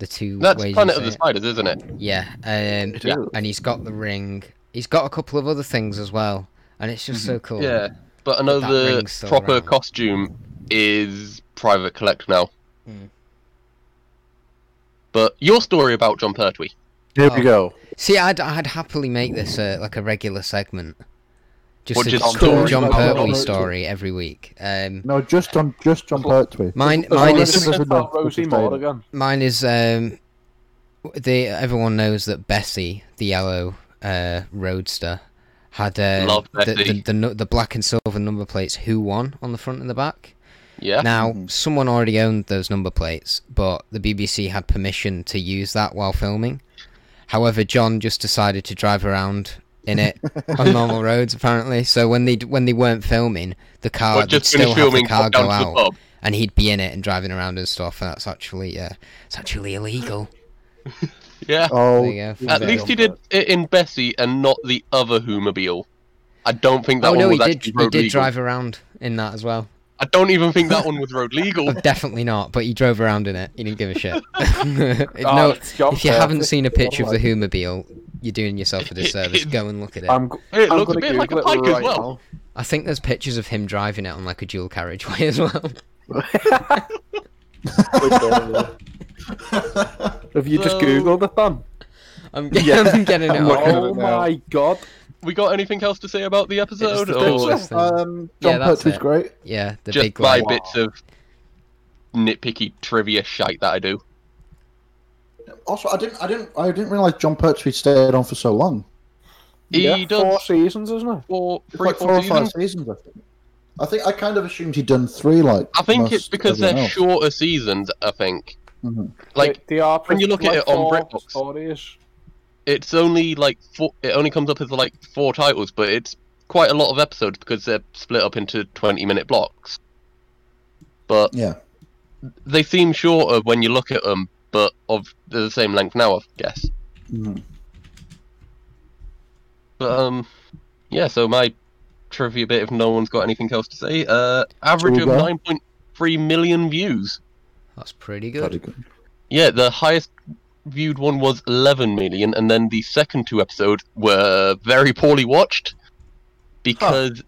Speaker 2: the two
Speaker 3: That's
Speaker 2: ways. you
Speaker 3: Planet of
Speaker 2: say
Speaker 3: the
Speaker 2: it.
Speaker 3: Spiders, isn't it?
Speaker 2: Yeah, um,
Speaker 4: It is.
Speaker 2: and he's got the ring. He's got a couple of other things as well, and it's just so cool.
Speaker 3: Yeah. But another
Speaker 2: ring's still
Speaker 3: proper
Speaker 2: around.
Speaker 3: costume is Private Collect now.
Speaker 2: Hmm.
Speaker 3: But your story about John Pertwee.
Speaker 4: Here
Speaker 2: Oh.
Speaker 4: we go.
Speaker 2: See, I'd I'd happily make this uh, like a regular segment, just
Speaker 3: Or
Speaker 2: a
Speaker 3: just
Speaker 2: cool
Speaker 3: stories
Speaker 2: John
Speaker 1: about John
Speaker 2: Pertwee
Speaker 1: Pertwee.
Speaker 2: story every week. Um,
Speaker 5: No, just on just John Pertwee.
Speaker 2: mine
Speaker 1: As
Speaker 2: mine
Speaker 1: long
Speaker 2: is
Speaker 1: as you can tell
Speaker 5: Mine is-
Speaker 1: Rosie Moore again.
Speaker 2: mine is um, the everyone knows that Bessie, the yellow uh, roadster, had uh,
Speaker 3: Love
Speaker 2: the, the,
Speaker 3: Bessie.
Speaker 2: the nu- the black and silver number plates. Who won on the front and the back?
Speaker 3: Yeah.
Speaker 2: Now, someone already owned those number plates, but the BBC had permission to use that while filming. However, John just decided to drive around in it on normal roads, apparently. So when they when they weren't filming, the car
Speaker 3: Well,
Speaker 2: would
Speaker 3: just
Speaker 2: still
Speaker 3: finished
Speaker 2: have the
Speaker 3: filming,
Speaker 2: car
Speaker 3: got down
Speaker 2: go
Speaker 3: to the
Speaker 2: out,
Speaker 3: pub.
Speaker 2: and he'd be in it and driving around and stuff. And that's actually uh, it's actually illegal.
Speaker 3: Yeah.
Speaker 5: Oh,
Speaker 2: There you go.
Speaker 3: At
Speaker 2: Yeah.
Speaker 3: least he did it in Bessie and not the other Hoomobile. I don't think that
Speaker 2: oh
Speaker 3: one
Speaker 2: no, he
Speaker 3: was
Speaker 2: did.
Speaker 3: actually
Speaker 2: He
Speaker 3: road
Speaker 2: did
Speaker 3: legal.
Speaker 2: drive around in that as well.
Speaker 3: I don't even think that one was road legal.
Speaker 2: Oh, Definitely not, but he drove around in it. He didn't give a shit.
Speaker 1: Oh,
Speaker 2: no,
Speaker 1: it's John
Speaker 2: If you haven't
Speaker 1: Pertwee.
Speaker 2: seen a picture of the Hoomobile, you're doing yourself a disservice. Go and look at it.
Speaker 1: I'm, g-
Speaker 3: It
Speaker 1: I'm
Speaker 3: looks a
Speaker 1: gonna
Speaker 3: bit like a
Speaker 1: Google
Speaker 3: pike
Speaker 1: it
Speaker 3: as
Speaker 1: right
Speaker 3: well.
Speaker 1: now.
Speaker 2: I think there's pictures of him driving it on like a dual carriageway as well.
Speaker 1: Have you just
Speaker 3: So-
Speaker 1: googled it then?
Speaker 2: I'm, get- I'm getting it.
Speaker 4: I'm
Speaker 2: up.
Speaker 4: looking at
Speaker 1: Oh
Speaker 4: it now.
Speaker 1: my god!
Speaker 3: We got anything else to say about the episode?
Speaker 2: the
Speaker 3: or
Speaker 2: picture.
Speaker 5: um,
Speaker 2: Yeah,
Speaker 5: John
Speaker 2: that's
Speaker 5: Pertwee's
Speaker 2: it.
Speaker 5: great.
Speaker 2: Yeah, the
Speaker 3: just
Speaker 2: big
Speaker 3: my
Speaker 2: like,
Speaker 3: bits of nitpicky trivia shite that I do.
Speaker 5: Also, I didn't, I didn't, I didn't realize John Pertwee stayed on for so long.
Speaker 3: He
Speaker 1: yeah,
Speaker 3: does
Speaker 1: four
Speaker 3: four,
Speaker 1: seasons, isn't it?
Speaker 5: It's
Speaker 3: three,
Speaker 5: like
Speaker 3: four
Speaker 5: four or five
Speaker 3: seasons.
Speaker 5: seasons. I think. I think I kind of assumed he'd done three. Like
Speaker 3: I think it's
Speaker 5: most
Speaker 3: because they're
Speaker 5: everyone else.
Speaker 3: shorter seasons. I think,
Speaker 5: Mhm.
Speaker 3: like
Speaker 1: they, they are
Speaker 3: when you look at
Speaker 1: like
Speaker 3: it on
Speaker 1: four
Speaker 3: BritBox.
Speaker 1: stories.
Speaker 3: it's only like four, it only comes up as like four titles, but it's quite a lot of episodes because they're split up into twenty-minute blocks. But
Speaker 5: Yeah,
Speaker 3: they seem shorter when you look at them, but of they're the same length now, I guess.
Speaker 4: Mm-hmm.
Speaker 5: Mhm.
Speaker 3: But um, yeah. So my trivia bit, if no one's got anything else to say, uh, average
Speaker 5: we
Speaker 3: of
Speaker 5: go?
Speaker 3: nine point three million views.
Speaker 2: That's pretty good.
Speaker 5: pretty good.
Speaker 3: Yeah, the highest viewed one was 11 million, and then the second two episodes were very poorly watched because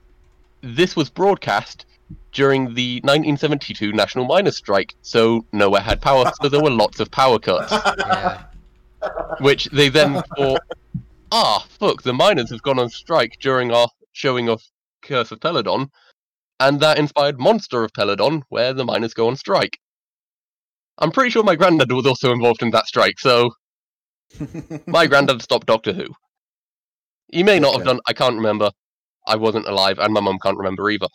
Speaker 3: this was broadcast during the 1972 national miners' strike, so nowhere had power, so there were lots of power cuts,
Speaker 2: Yeah.
Speaker 3: which they then thought, ah, fuck, the miners have gone on strike during our showing of Curse of Peladon, and that inspired Monster of Peladon, where the miners go on strike. I'm pretty sure my granddad was also involved in that strike, so my granddad stopped Doctor Who. He may not have
Speaker 4: Okay.
Speaker 3: done. I can't remember. I wasn't alive, and my mum can't remember either.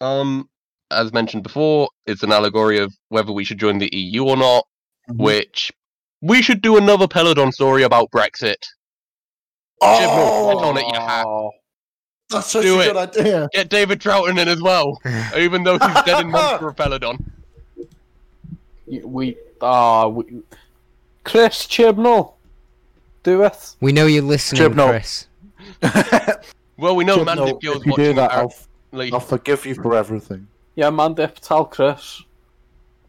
Speaker 3: Um, as mentioned before, it's an allegory of whether we should join the EU or not.
Speaker 4: Mm.
Speaker 5: Mhm.
Speaker 3: Which we should do another
Speaker 4: Oh,
Speaker 3: Peladon story about Brexit. Jim, look, get on it, you hack.
Speaker 5: That's such
Speaker 3: Do
Speaker 5: a
Speaker 3: it.
Speaker 5: good idea.
Speaker 3: Get David Troughton in as well, even though he's dead in Monster of Peladon.
Speaker 1: You- We ah we, Chris Chibnall, do it.
Speaker 2: We know you're listening,
Speaker 4: Chibnall.
Speaker 2: Chris.
Speaker 3: Well, we know
Speaker 4: Chibnall,
Speaker 3: Mandip Gill's
Speaker 4: if you do
Speaker 3: watching
Speaker 4: that, I'll,
Speaker 3: apparently.
Speaker 4: I'll forgive you for everything.
Speaker 1: Yeah, man, dip, tell Chris.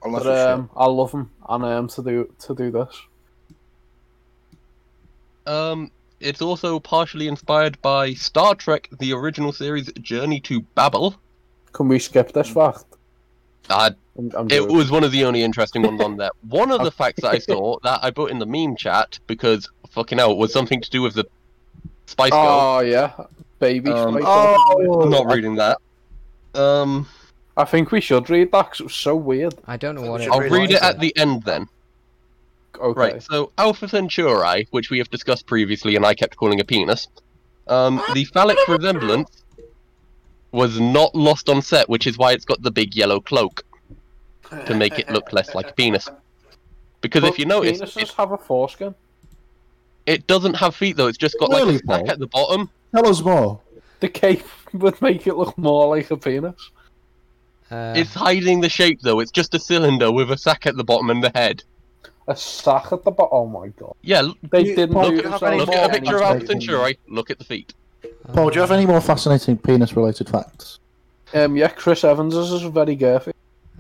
Speaker 4: Unless
Speaker 1: But,
Speaker 4: it's shit.
Speaker 1: um, I love him and um to do to do this.
Speaker 3: Um, it's also partially inspired by Star Trek: The Original Series Journey to Babel.
Speaker 1: Can we skip this fact?
Speaker 3: Uh,
Speaker 1: I'm, I'm
Speaker 3: it
Speaker 1: joking.
Speaker 3: was one of the only interesting ones on there. One of the facts that I saw that I put in the meme chat because fucking hell, it was something to do with the Spice Girl.
Speaker 1: Oh yeah, baby.
Speaker 3: Um,
Speaker 1: Spice.
Speaker 4: Oh.
Speaker 3: I'm not reading that. Um,
Speaker 1: I think we should read that 'cause it was so weird.
Speaker 2: I don't know what it
Speaker 3: I'll
Speaker 4: Really
Speaker 3: read it
Speaker 4: like
Speaker 3: at the end then.
Speaker 1: Okay.
Speaker 3: Right, so Alpha Centauri, which we have discussed previously and I kept calling a penis, um, the phallic resemblance was not lost on set, which is why it's got the big yellow cloak to make it look less like a penis. Because
Speaker 1: But
Speaker 3: if you notice,
Speaker 1: penises
Speaker 3: it,
Speaker 1: have a foreskin.
Speaker 3: it doesn't have feet though, it's just got
Speaker 4: Really,
Speaker 3: like a stack
Speaker 4: Paul?
Speaker 3: at the bottom.
Speaker 4: Tell us more.
Speaker 1: The cape would make it look more like a penis.
Speaker 2: Uh,
Speaker 3: It's hiding the shape though, it's just a cylinder with a sack at the bottom and the head.
Speaker 1: A sack at the bottom. Oh my god.
Speaker 3: Yeah, l-
Speaker 1: They
Speaker 4: You-
Speaker 1: didn't
Speaker 4: Paul,
Speaker 1: do
Speaker 4: do you have any
Speaker 3: look
Speaker 1: themselves
Speaker 4: more
Speaker 3: at a
Speaker 1: any
Speaker 3: picture of Alpha
Speaker 4: fascinating-
Speaker 3: Centauri, look at the feet.
Speaker 2: oh.
Speaker 4: Paul, do you have any more fascinating penis related facts?
Speaker 1: Um, yeah, Chris Evans is very girthy.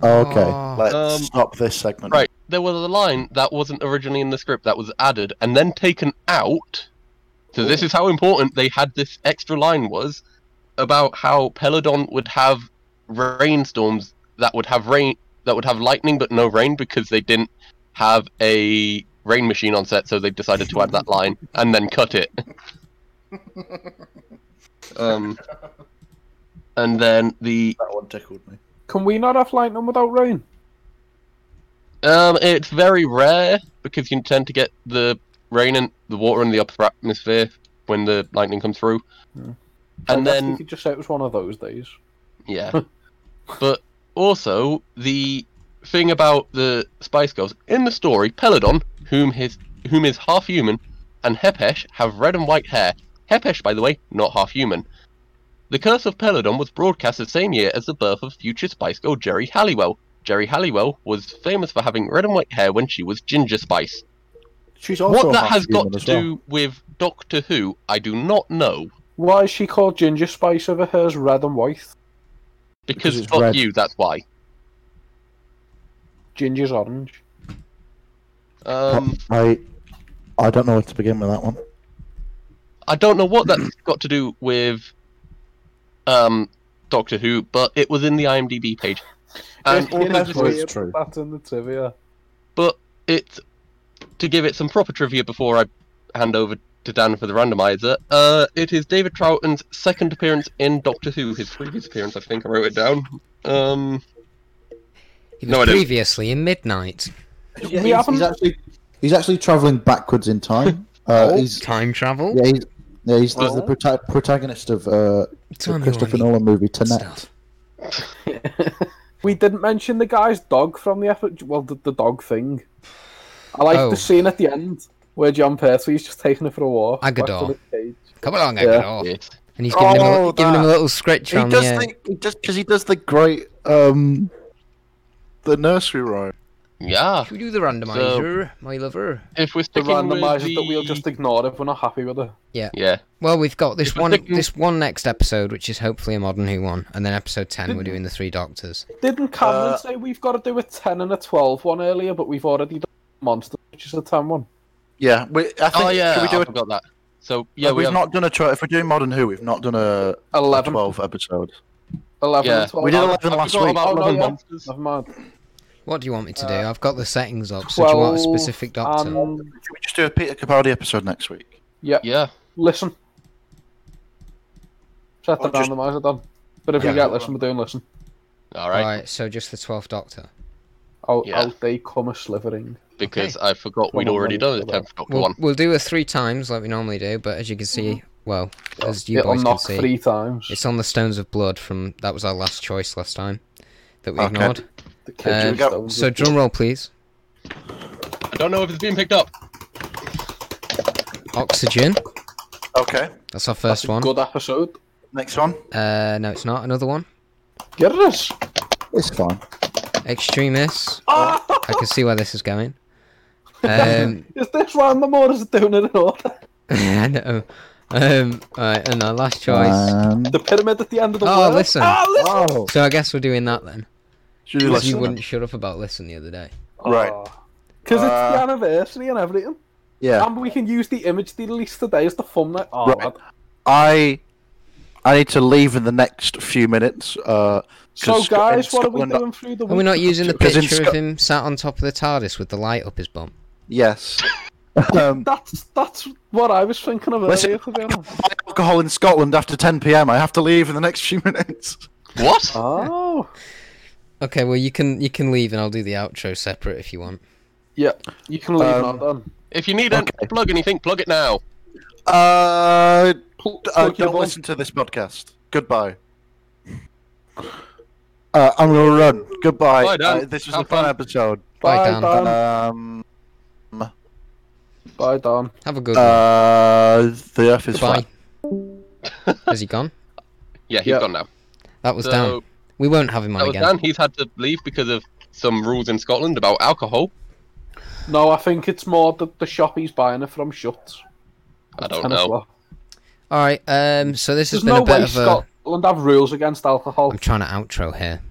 Speaker 4: Oh, okay.
Speaker 2: Oh.
Speaker 4: Let's
Speaker 3: Um,
Speaker 4: stop this segment.
Speaker 3: Right, there was a line that wasn't originally in the script that was added and then taken out. So this is how important they had this extra line was about how Peladon would have rainstorms that would have rain that would have lightning but no rain because they didn't have a rain machine on set, so they decided to add that line and then cut it. um, and then the
Speaker 4: That one tickled me.
Speaker 1: Can we not have lightning without rain?
Speaker 3: Um, it's very rare because you tend to get the rain and the water in the upper atmosphere when the lightning comes through,
Speaker 1: Hmm.
Speaker 3: and
Speaker 1: Unless you
Speaker 3: then
Speaker 1: could just say it was one of those days.
Speaker 3: yeah. but also the thing about the Spice Girls in the story, Peladon, whom his whom is half human, and Hepesh have red and white hair. Hepesh, by the way, not half human. The Curse of Peladon was broadcast the same year as the birth of future Spice Girl Jerry Halliwell. Jerry Halliwell was famous for having red and white hair when she was Ginger Spice.
Speaker 4: She's
Speaker 3: What
Speaker 4: also
Speaker 3: that has got
Speaker 4: half-human
Speaker 3: to
Speaker 4: as well.
Speaker 3: do with Doctor Who, I do not know.
Speaker 1: Why is she called Ginger Spice over hers red and white?
Speaker 3: Because,
Speaker 4: it's
Speaker 3: fuck
Speaker 4: red.
Speaker 3: you, that's why.
Speaker 1: Ginger's orange.
Speaker 3: Um,
Speaker 4: I, I don't know where to begin with that one.
Speaker 3: I don't know what that's got to do with um, Doctor Who, but it was in the IMDb page. And
Speaker 1: It's
Speaker 3: also
Speaker 1: in the
Speaker 3: just-
Speaker 4: trivia.
Speaker 1: trivia,
Speaker 4: true.
Speaker 1: That's in the trivia.
Speaker 3: but it's to give it some proper trivia before I hand over to Dan for the randomizer. Uh, it is David Troughton's second appearance in Doctor Who. His previous appearance, I think I wrote it down. Um,
Speaker 2: he was
Speaker 3: No, I don't.
Speaker 2: previously in Midnight.
Speaker 5: Yeah,
Speaker 1: We
Speaker 5: he's,
Speaker 1: haven't-
Speaker 5: he's actually he's actually traveling backwards in time. Uh, he's
Speaker 2: Time travel.
Speaker 5: yeah, he's, yeah, he's, he's
Speaker 1: Oh.
Speaker 5: the prota- protagonist of uh,
Speaker 2: It's
Speaker 5: the
Speaker 2: on
Speaker 5: Christopher
Speaker 2: your
Speaker 5: Nolan movie
Speaker 2: stuff.
Speaker 5: Tenet.
Speaker 1: We didn't mention the guy's dog from the episode. Well, the, the dog thing. I like
Speaker 2: Oh.
Speaker 1: the scene at the end where John Pertwee's just taking her for a walk. back to
Speaker 2: Agador.
Speaker 1: the cage.
Speaker 2: Come along,
Speaker 1: Yeah.
Speaker 2: Agador.
Speaker 3: it's
Speaker 2: And he's giving, him, a,
Speaker 4: Oh,
Speaker 2: giving him a
Speaker 4: that.
Speaker 2: little scratch
Speaker 4: He
Speaker 2: on
Speaker 4: does
Speaker 2: the uh,
Speaker 4: the, he does because he does the great um, the nursery rhyme.
Speaker 3: yeah.
Speaker 2: Should we do the randomizer, my lover?
Speaker 3: If we're
Speaker 1: The
Speaker 3: sticking with
Speaker 1: randomizers
Speaker 3: the...
Speaker 1: that we'll just ignore if we're not happy with it.
Speaker 3: yeah.
Speaker 2: Well, we've got this
Speaker 3: If we're
Speaker 2: one,
Speaker 3: thinking-
Speaker 2: this one next episode, which is hopefully a modern Who one, and then episode ten, we're doing the Three Doctors.
Speaker 1: Didn't Cameron
Speaker 4: Uh,
Speaker 1: say we've got to do a 10 and a 12 one earlier, but we've already done Monster, which is a 10 one?
Speaker 4: Yeah, we, I think
Speaker 3: Oh yeah,
Speaker 4: should we do
Speaker 3: I
Speaker 4: a,
Speaker 3: forgot that. So yeah,
Speaker 4: Uh, we've
Speaker 3: we have
Speaker 4: not done a tw- if we're doing Modern Who, we've not done a, a
Speaker 1: 11.
Speaker 4: twelve episode.
Speaker 1: 11
Speaker 3: Yeah.
Speaker 1: and 12.
Speaker 4: We did eleven
Speaker 3: I
Speaker 4: last
Speaker 3: forgot
Speaker 4: week.
Speaker 3: about
Speaker 1: Oh, no,
Speaker 3: Love and
Speaker 1: yeah.
Speaker 3: Monsters.
Speaker 1: Never mind.
Speaker 2: What do you want me to do? I've got the settings up. So do you want a
Speaker 1: 12
Speaker 2: specific Doctor?
Speaker 1: and-
Speaker 4: Should we just do a Peter Capaldi episode next week?
Speaker 3: Yeah.
Speaker 1: Listen. Set the
Speaker 4: Or just-
Speaker 1: randomizer down. But if
Speaker 4: Yeah.
Speaker 1: we get listen, we're doing listen.
Speaker 3: All
Speaker 2: Right.
Speaker 3: right.
Speaker 2: So just the twelfth Doctor.
Speaker 1: Out,
Speaker 3: Yeah.
Speaker 1: out they come a slivering.
Speaker 3: Because I forgot we'd
Speaker 1: Come on,
Speaker 3: already
Speaker 1: let
Speaker 3: done
Speaker 1: me
Speaker 3: the
Speaker 1: go back.
Speaker 3: tenth Doctor
Speaker 2: We'll,
Speaker 3: one.
Speaker 2: we'll do it three times like we normally do, but as you can see, well, as you
Speaker 1: It'll
Speaker 2: boys can
Speaker 1: knock
Speaker 2: see,
Speaker 1: three times.
Speaker 2: it's on the Stones of Blood from that was our last choice last time that we
Speaker 4: Okay.
Speaker 2: ignored.
Speaker 1: The
Speaker 2: Um,
Speaker 1: kitchen
Speaker 4: go.
Speaker 1: stones.
Speaker 2: So drum roll, please.
Speaker 3: I don't know if it's being picked up.
Speaker 2: Oxygen.
Speaker 4: Okay.
Speaker 2: That's our
Speaker 1: That's
Speaker 2: first
Speaker 1: a
Speaker 2: one.
Speaker 1: Good episode.
Speaker 4: Next one.
Speaker 2: Uh, no, it's not. Another one.
Speaker 1: Get us.
Speaker 4: It's fine.
Speaker 2: Extremists. I can see where this is going. Um,
Speaker 1: Is this random or is it doing it in order?
Speaker 2: I know. Um, right, and our last choice.
Speaker 4: Um,
Speaker 1: The pyramid at the end of the
Speaker 2: Oh,
Speaker 1: world.
Speaker 2: listen.
Speaker 1: Ah, listen.
Speaker 4: oh,
Speaker 2: So I guess we're doing that then.
Speaker 4: should we
Speaker 2: Because
Speaker 4: listen?
Speaker 2: you wouldn't shut up about listen the other day.
Speaker 4: Ah. Right.
Speaker 1: Because Ah. it's the
Speaker 4: Uh,
Speaker 1: anniversary and everything.
Speaker 4: Yeah,
Speaker 1: And we can use the image they released today as the thumbnail. Oh,
Speaker 4: Right.
Speaker 1: lad.
Speaker 4: I I need to leave in the next few minutes. Uh,
Speaker 1: So,
Speaker 4: 'cause Sc- in
Speaker 1: guys, what are we
Speaker 4: Scotland-
Speaker 1: doing through the
Speaker 2: Are we
Speaker 1: week?
Speaker 2: not using the
Speaker 4: 'Cause in
Speaker 2: picture of
Speaker 4: Sco-
Speaker 2: him sat on top of the TARDIS with the light up his bum?
Speaker 4: Yes. um,
Speaker 1: That's, that's what I was thinking of
Speaker 4: Listen,
Speaker 1: earlier, to be honest.
Speaker 4: buy alcohol in Scotland after 10 p.m. I have to leave in the next few minutes.
Speaker 3: What?
Speaker 1: Oh.
Speaker 2: Okay, well you can you can leave and I'll do the outro separate if you want.
Speaker 1: Yeah, you can leave
Speaker 4: Um,
Speaker 1: that done.
Speaker 3: If you need to
Speaker 4: Okay.
Speaker 3: plug anything, plug it now.
Speaker 4: Uh, uh,
Speaker 1: plug your
Speaker 4: don't
Speaker 1: voice.
Speaker 4: listen to this podcast. Goodbye. Uh, I'm gonna run. Goodbye.
Speaker 3: Bye, Dan.
Speaker 4: Uh, this was
Speaker 3: Have
Speaker 4: a fun
Speaker 3: fun.
Speaker 4: episode.
Speaker 2: Bye,
Speaker 1: Bye,
Speaker 2: Dan.
Speaker 1: Dan.
Speaker 4: Um,
Speaker 1: Bye, Dan.
Speaker 2: Have a good one.
Speaker 4: uh, the Earth is
Speaker 2: Goodbye.
Speaker 4: flat.
Speaker 2: Has he gone?
Speaker 3: Yeah, he's
Speaker 1: Yeah.
Speaker 3: gone now.
Speaker 2: That was
Speaker 3: so
Speaker 2: Dan. We won't have him
Speaker 3: that
Speaker 2: on
Speaker 3: was
Speaker 2: again.
Speaker 3: Dan. He's had to leave because of some rules in Scotland about alcohol.
Speaker 1: No, I think it's more that the shop he's buying it from shuts.
Speaker 3: I don't
Speaker 1: Ten
Speaker 3: know.
Speaker 1: o'clock.
Speaker 2: All right. Um. So this has
Speaker 1: There's
Speaker 2: been
Speaker 1: no
Speaker 2: a bit
Speaker 1: way
Speaker 2: of a.
Speaker 1: Scotland have rules against alcohol.
Speaker 2: I'm trying to outro here.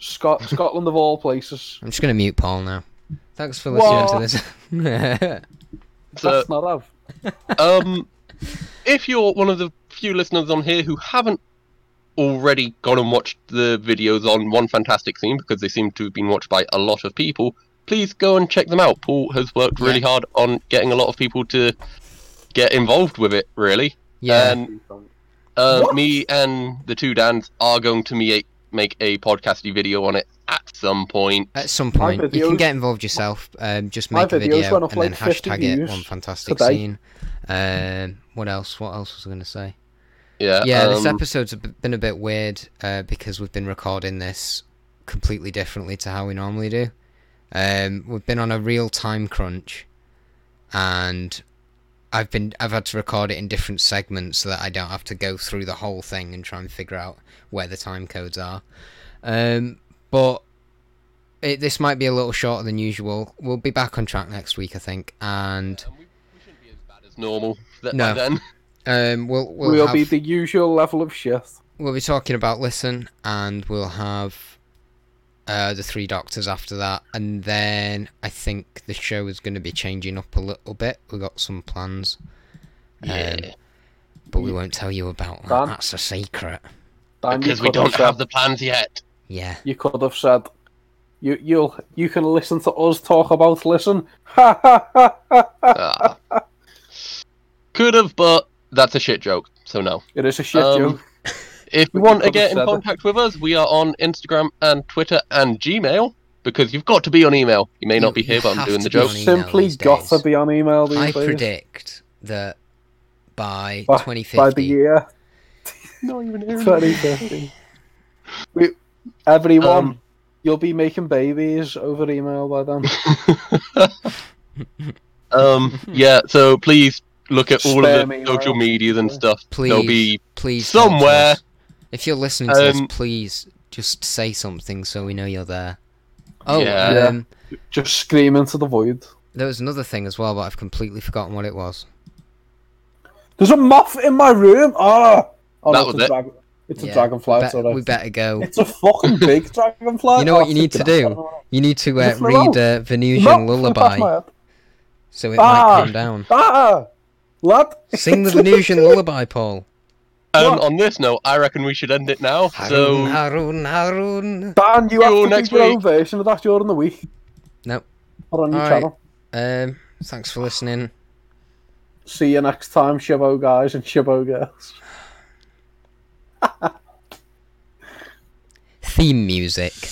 Speaker 1: Scot- Scotland of all places.
Speaker 2: I'm just gonna mute Paul now. Thanks for listening
Speaker 1: What?
Speaker 2: to this.
Speaker 3: So,
Speaker 1: That's not have.
Speaker 3: um, if you're one of the few listeners on here who haven't already gone and watched the videos on One Fantastic Scene because they seem to have been watched by a lot of people, please go and check them out. Paul has worked really hard on getting a lot of people to get involved with it. Really.
Speaker 2: yeah.
Speaker 1: Um,
Speaker 3: And Uh, me and the two Dans are going to make make a podcasty video on it at some point.
Speaker 2: At some point, you can
Speaker 1: videos-
Speaker 2: get involved yourself. Um, just
Speaker 1: my
Speaker 2: make a
Speaker 1: videos
Speaker 2: video
Speaker 1: went
Speaker 2: and
Speaker 1: up
Speaker 2: then
Speaker 1: like 50
Speaker 2: hashtag it.
Speaker 1: views
Speaker 2: One fantastic
Speaker 1: today.
Speaker 2: scene. Um, what else? What else was I going to say?
Speaker 3: Yeah.
Speaker 2: yeah, this
Speaker 3: um,
Speaker 2: episode's a b- been a bit weird uh, because we've been recording this completely differently to how we normally do. Um, we've been on a real time crunch, and I've been I've had to record it in different segments so that I don't have to go through the whole thing and try and figure out where the time codes are. Um, but it, this might be a little shorter than usual. We'll be back on track next week, I think, and
Speaker 3: we, we shouldn't be as bad as normal. That,
Speaker 2: No.
Speaker 3: by then.
Speaker 2: um, we'll
Speaker 1: We'll,
Speaker 2: we'll, have...
Speaker 1: be the usual level of shit.
Speaker 2: we'll be talking about listen and we'll have uh, the three doctors after that and then i think the show is going to be changing up a little bit we've got some plans um,
Speaker 3: Yeah.
Speaker 2: but we won't tell you about that
Speaker 1: Dan?
Speaker 2: that's a secret
Speaker 1: Dan,
Speaker 3: because
Speaker 1: you
Speaker 3: we
Speaker 1: could
Speaker 3: don't
Speaker 1: said-
Speaker 3: have the plans yet.
Speaker 2: yeah
Speaker 1: You could have said, you you'll you can listen to us talk about listen. Ha ha ha ha.
Speaker 3: Ah. Could have, but that's a shit joke. So no.
Speaker 1: It is a shit
Speaker 3: Um,
Speaker 1: joke.
Speaker 3: If you
Speaker 1: We
Speaker 3: want to
Speaker 1: could've
Speaker 3: get in
Speaker 1: said it.
Speaker 3: contact with us, we are on Instagram and Twitter and Gmail because you've got to be on email. You may
Speaker 2: You-
Speaker 3: not be here,
Speaker 2: you
Speaker 3: but
Speaker 2: have
Speaker 3: I'm doing
Speaker 2: to
Speaker 3: the
Speaker 2: be on
Speaker 3: joke.
Speaker 2: email
Speaker 1: Simply
Speaker 2: these
Speaker 1: got to
Speaker 2: days.
Speaker 1: be on email these
Speaker 2: i
Speaker 1: days.
Speaker 2: predict that by,
Speaker 1: By- by the
Speaker 2: 2050
Speaker 1: year
Speaker 3: Not even hearing it.
Speaker 1: 2050. we, everyone,
Speaker 3: Um,
Speaker 1: you'll be making babies over email by then.
Speaker 3: Um, yeah, so please look at all
Speaker 1: Spare
Speaker 3: of the
Speaker 1: me,
Speaker 3: social
Speaker 1: Lyle.
Speaker 3: medias and stuff. There'll
Speaker 2: please
Speaker 3: be
Speaker 2: please talk to
Speaker 3: somewhere-
Speaker 2: us. if you're listening to this
Speaker 3: Um,
Speaker 2: please just say something so we know you're there oh
Speaker 3: Yeah.
Speaker 1: Yeah.
Speaker 2: um,
Speaker 1: Just scream into the void.
Speaker 2: there was another thing as well but i've completely forgotten what it was
Speaker 1: There's a moth in my room. Ah, oh,
Speaker 3: That
Speaker 1: no,
Speaker 3: was
Speaker 1: it's
Speaker 3: it.
Speaker 1: a dragon. It's
Speaker 2: Yeah,
Speaker 1: a dragonfly.
Speaker 2: we bet-
Speaker 1: it's alright.
Speaker 2: we better go.
Speaker 1: It's a fucking big dragonfly.
Speaker 2: You know what
Speaker 1: Oh,
Speaker 2: you need to
Speaker 1: it's a-
Speaker 2: do? You need to
Speaker 1: Is
Speaker 2: uh,
Speaker 1: it flew
Speaker 2: read
Speaker 1: out?
Speaker 2: uh,
Speaker 1: No,
Speaker 2: Venusian
Speaker 1: flew past my
Speaker 2: Lullaby
Speaker 1: head.
Speaker 2: so it
Speaker 1: Ah!
Speaker 2: might calm down.
Speaker 1: Ah, lad.
Speaker 2: Sing the Venusian Lullaby, Paul.
Speaker 3: And on this note, I reckon we should end it now.
Speaker 2: Harun,
Speaker 3: So
Speaker 2: Harun, Harun.
Speaker 1: Dan, you
Speaker 3: See you
Speaker 1: have
Speaker 3: all
Speaker 1: to
Speaker 3: next
Speaker 1: do your own
Speaker 3: week.
Speaker 1: version of that during the week
Speaker 2: No.
Speaker 1: or on your
Speaker 2: Alright.
Speaker 1: channel.
Speaker 2: Um, thanks for listening.
Speaker 1: See you next time, Shabo guys and Shabo girls.
Speaker 2: Theme music.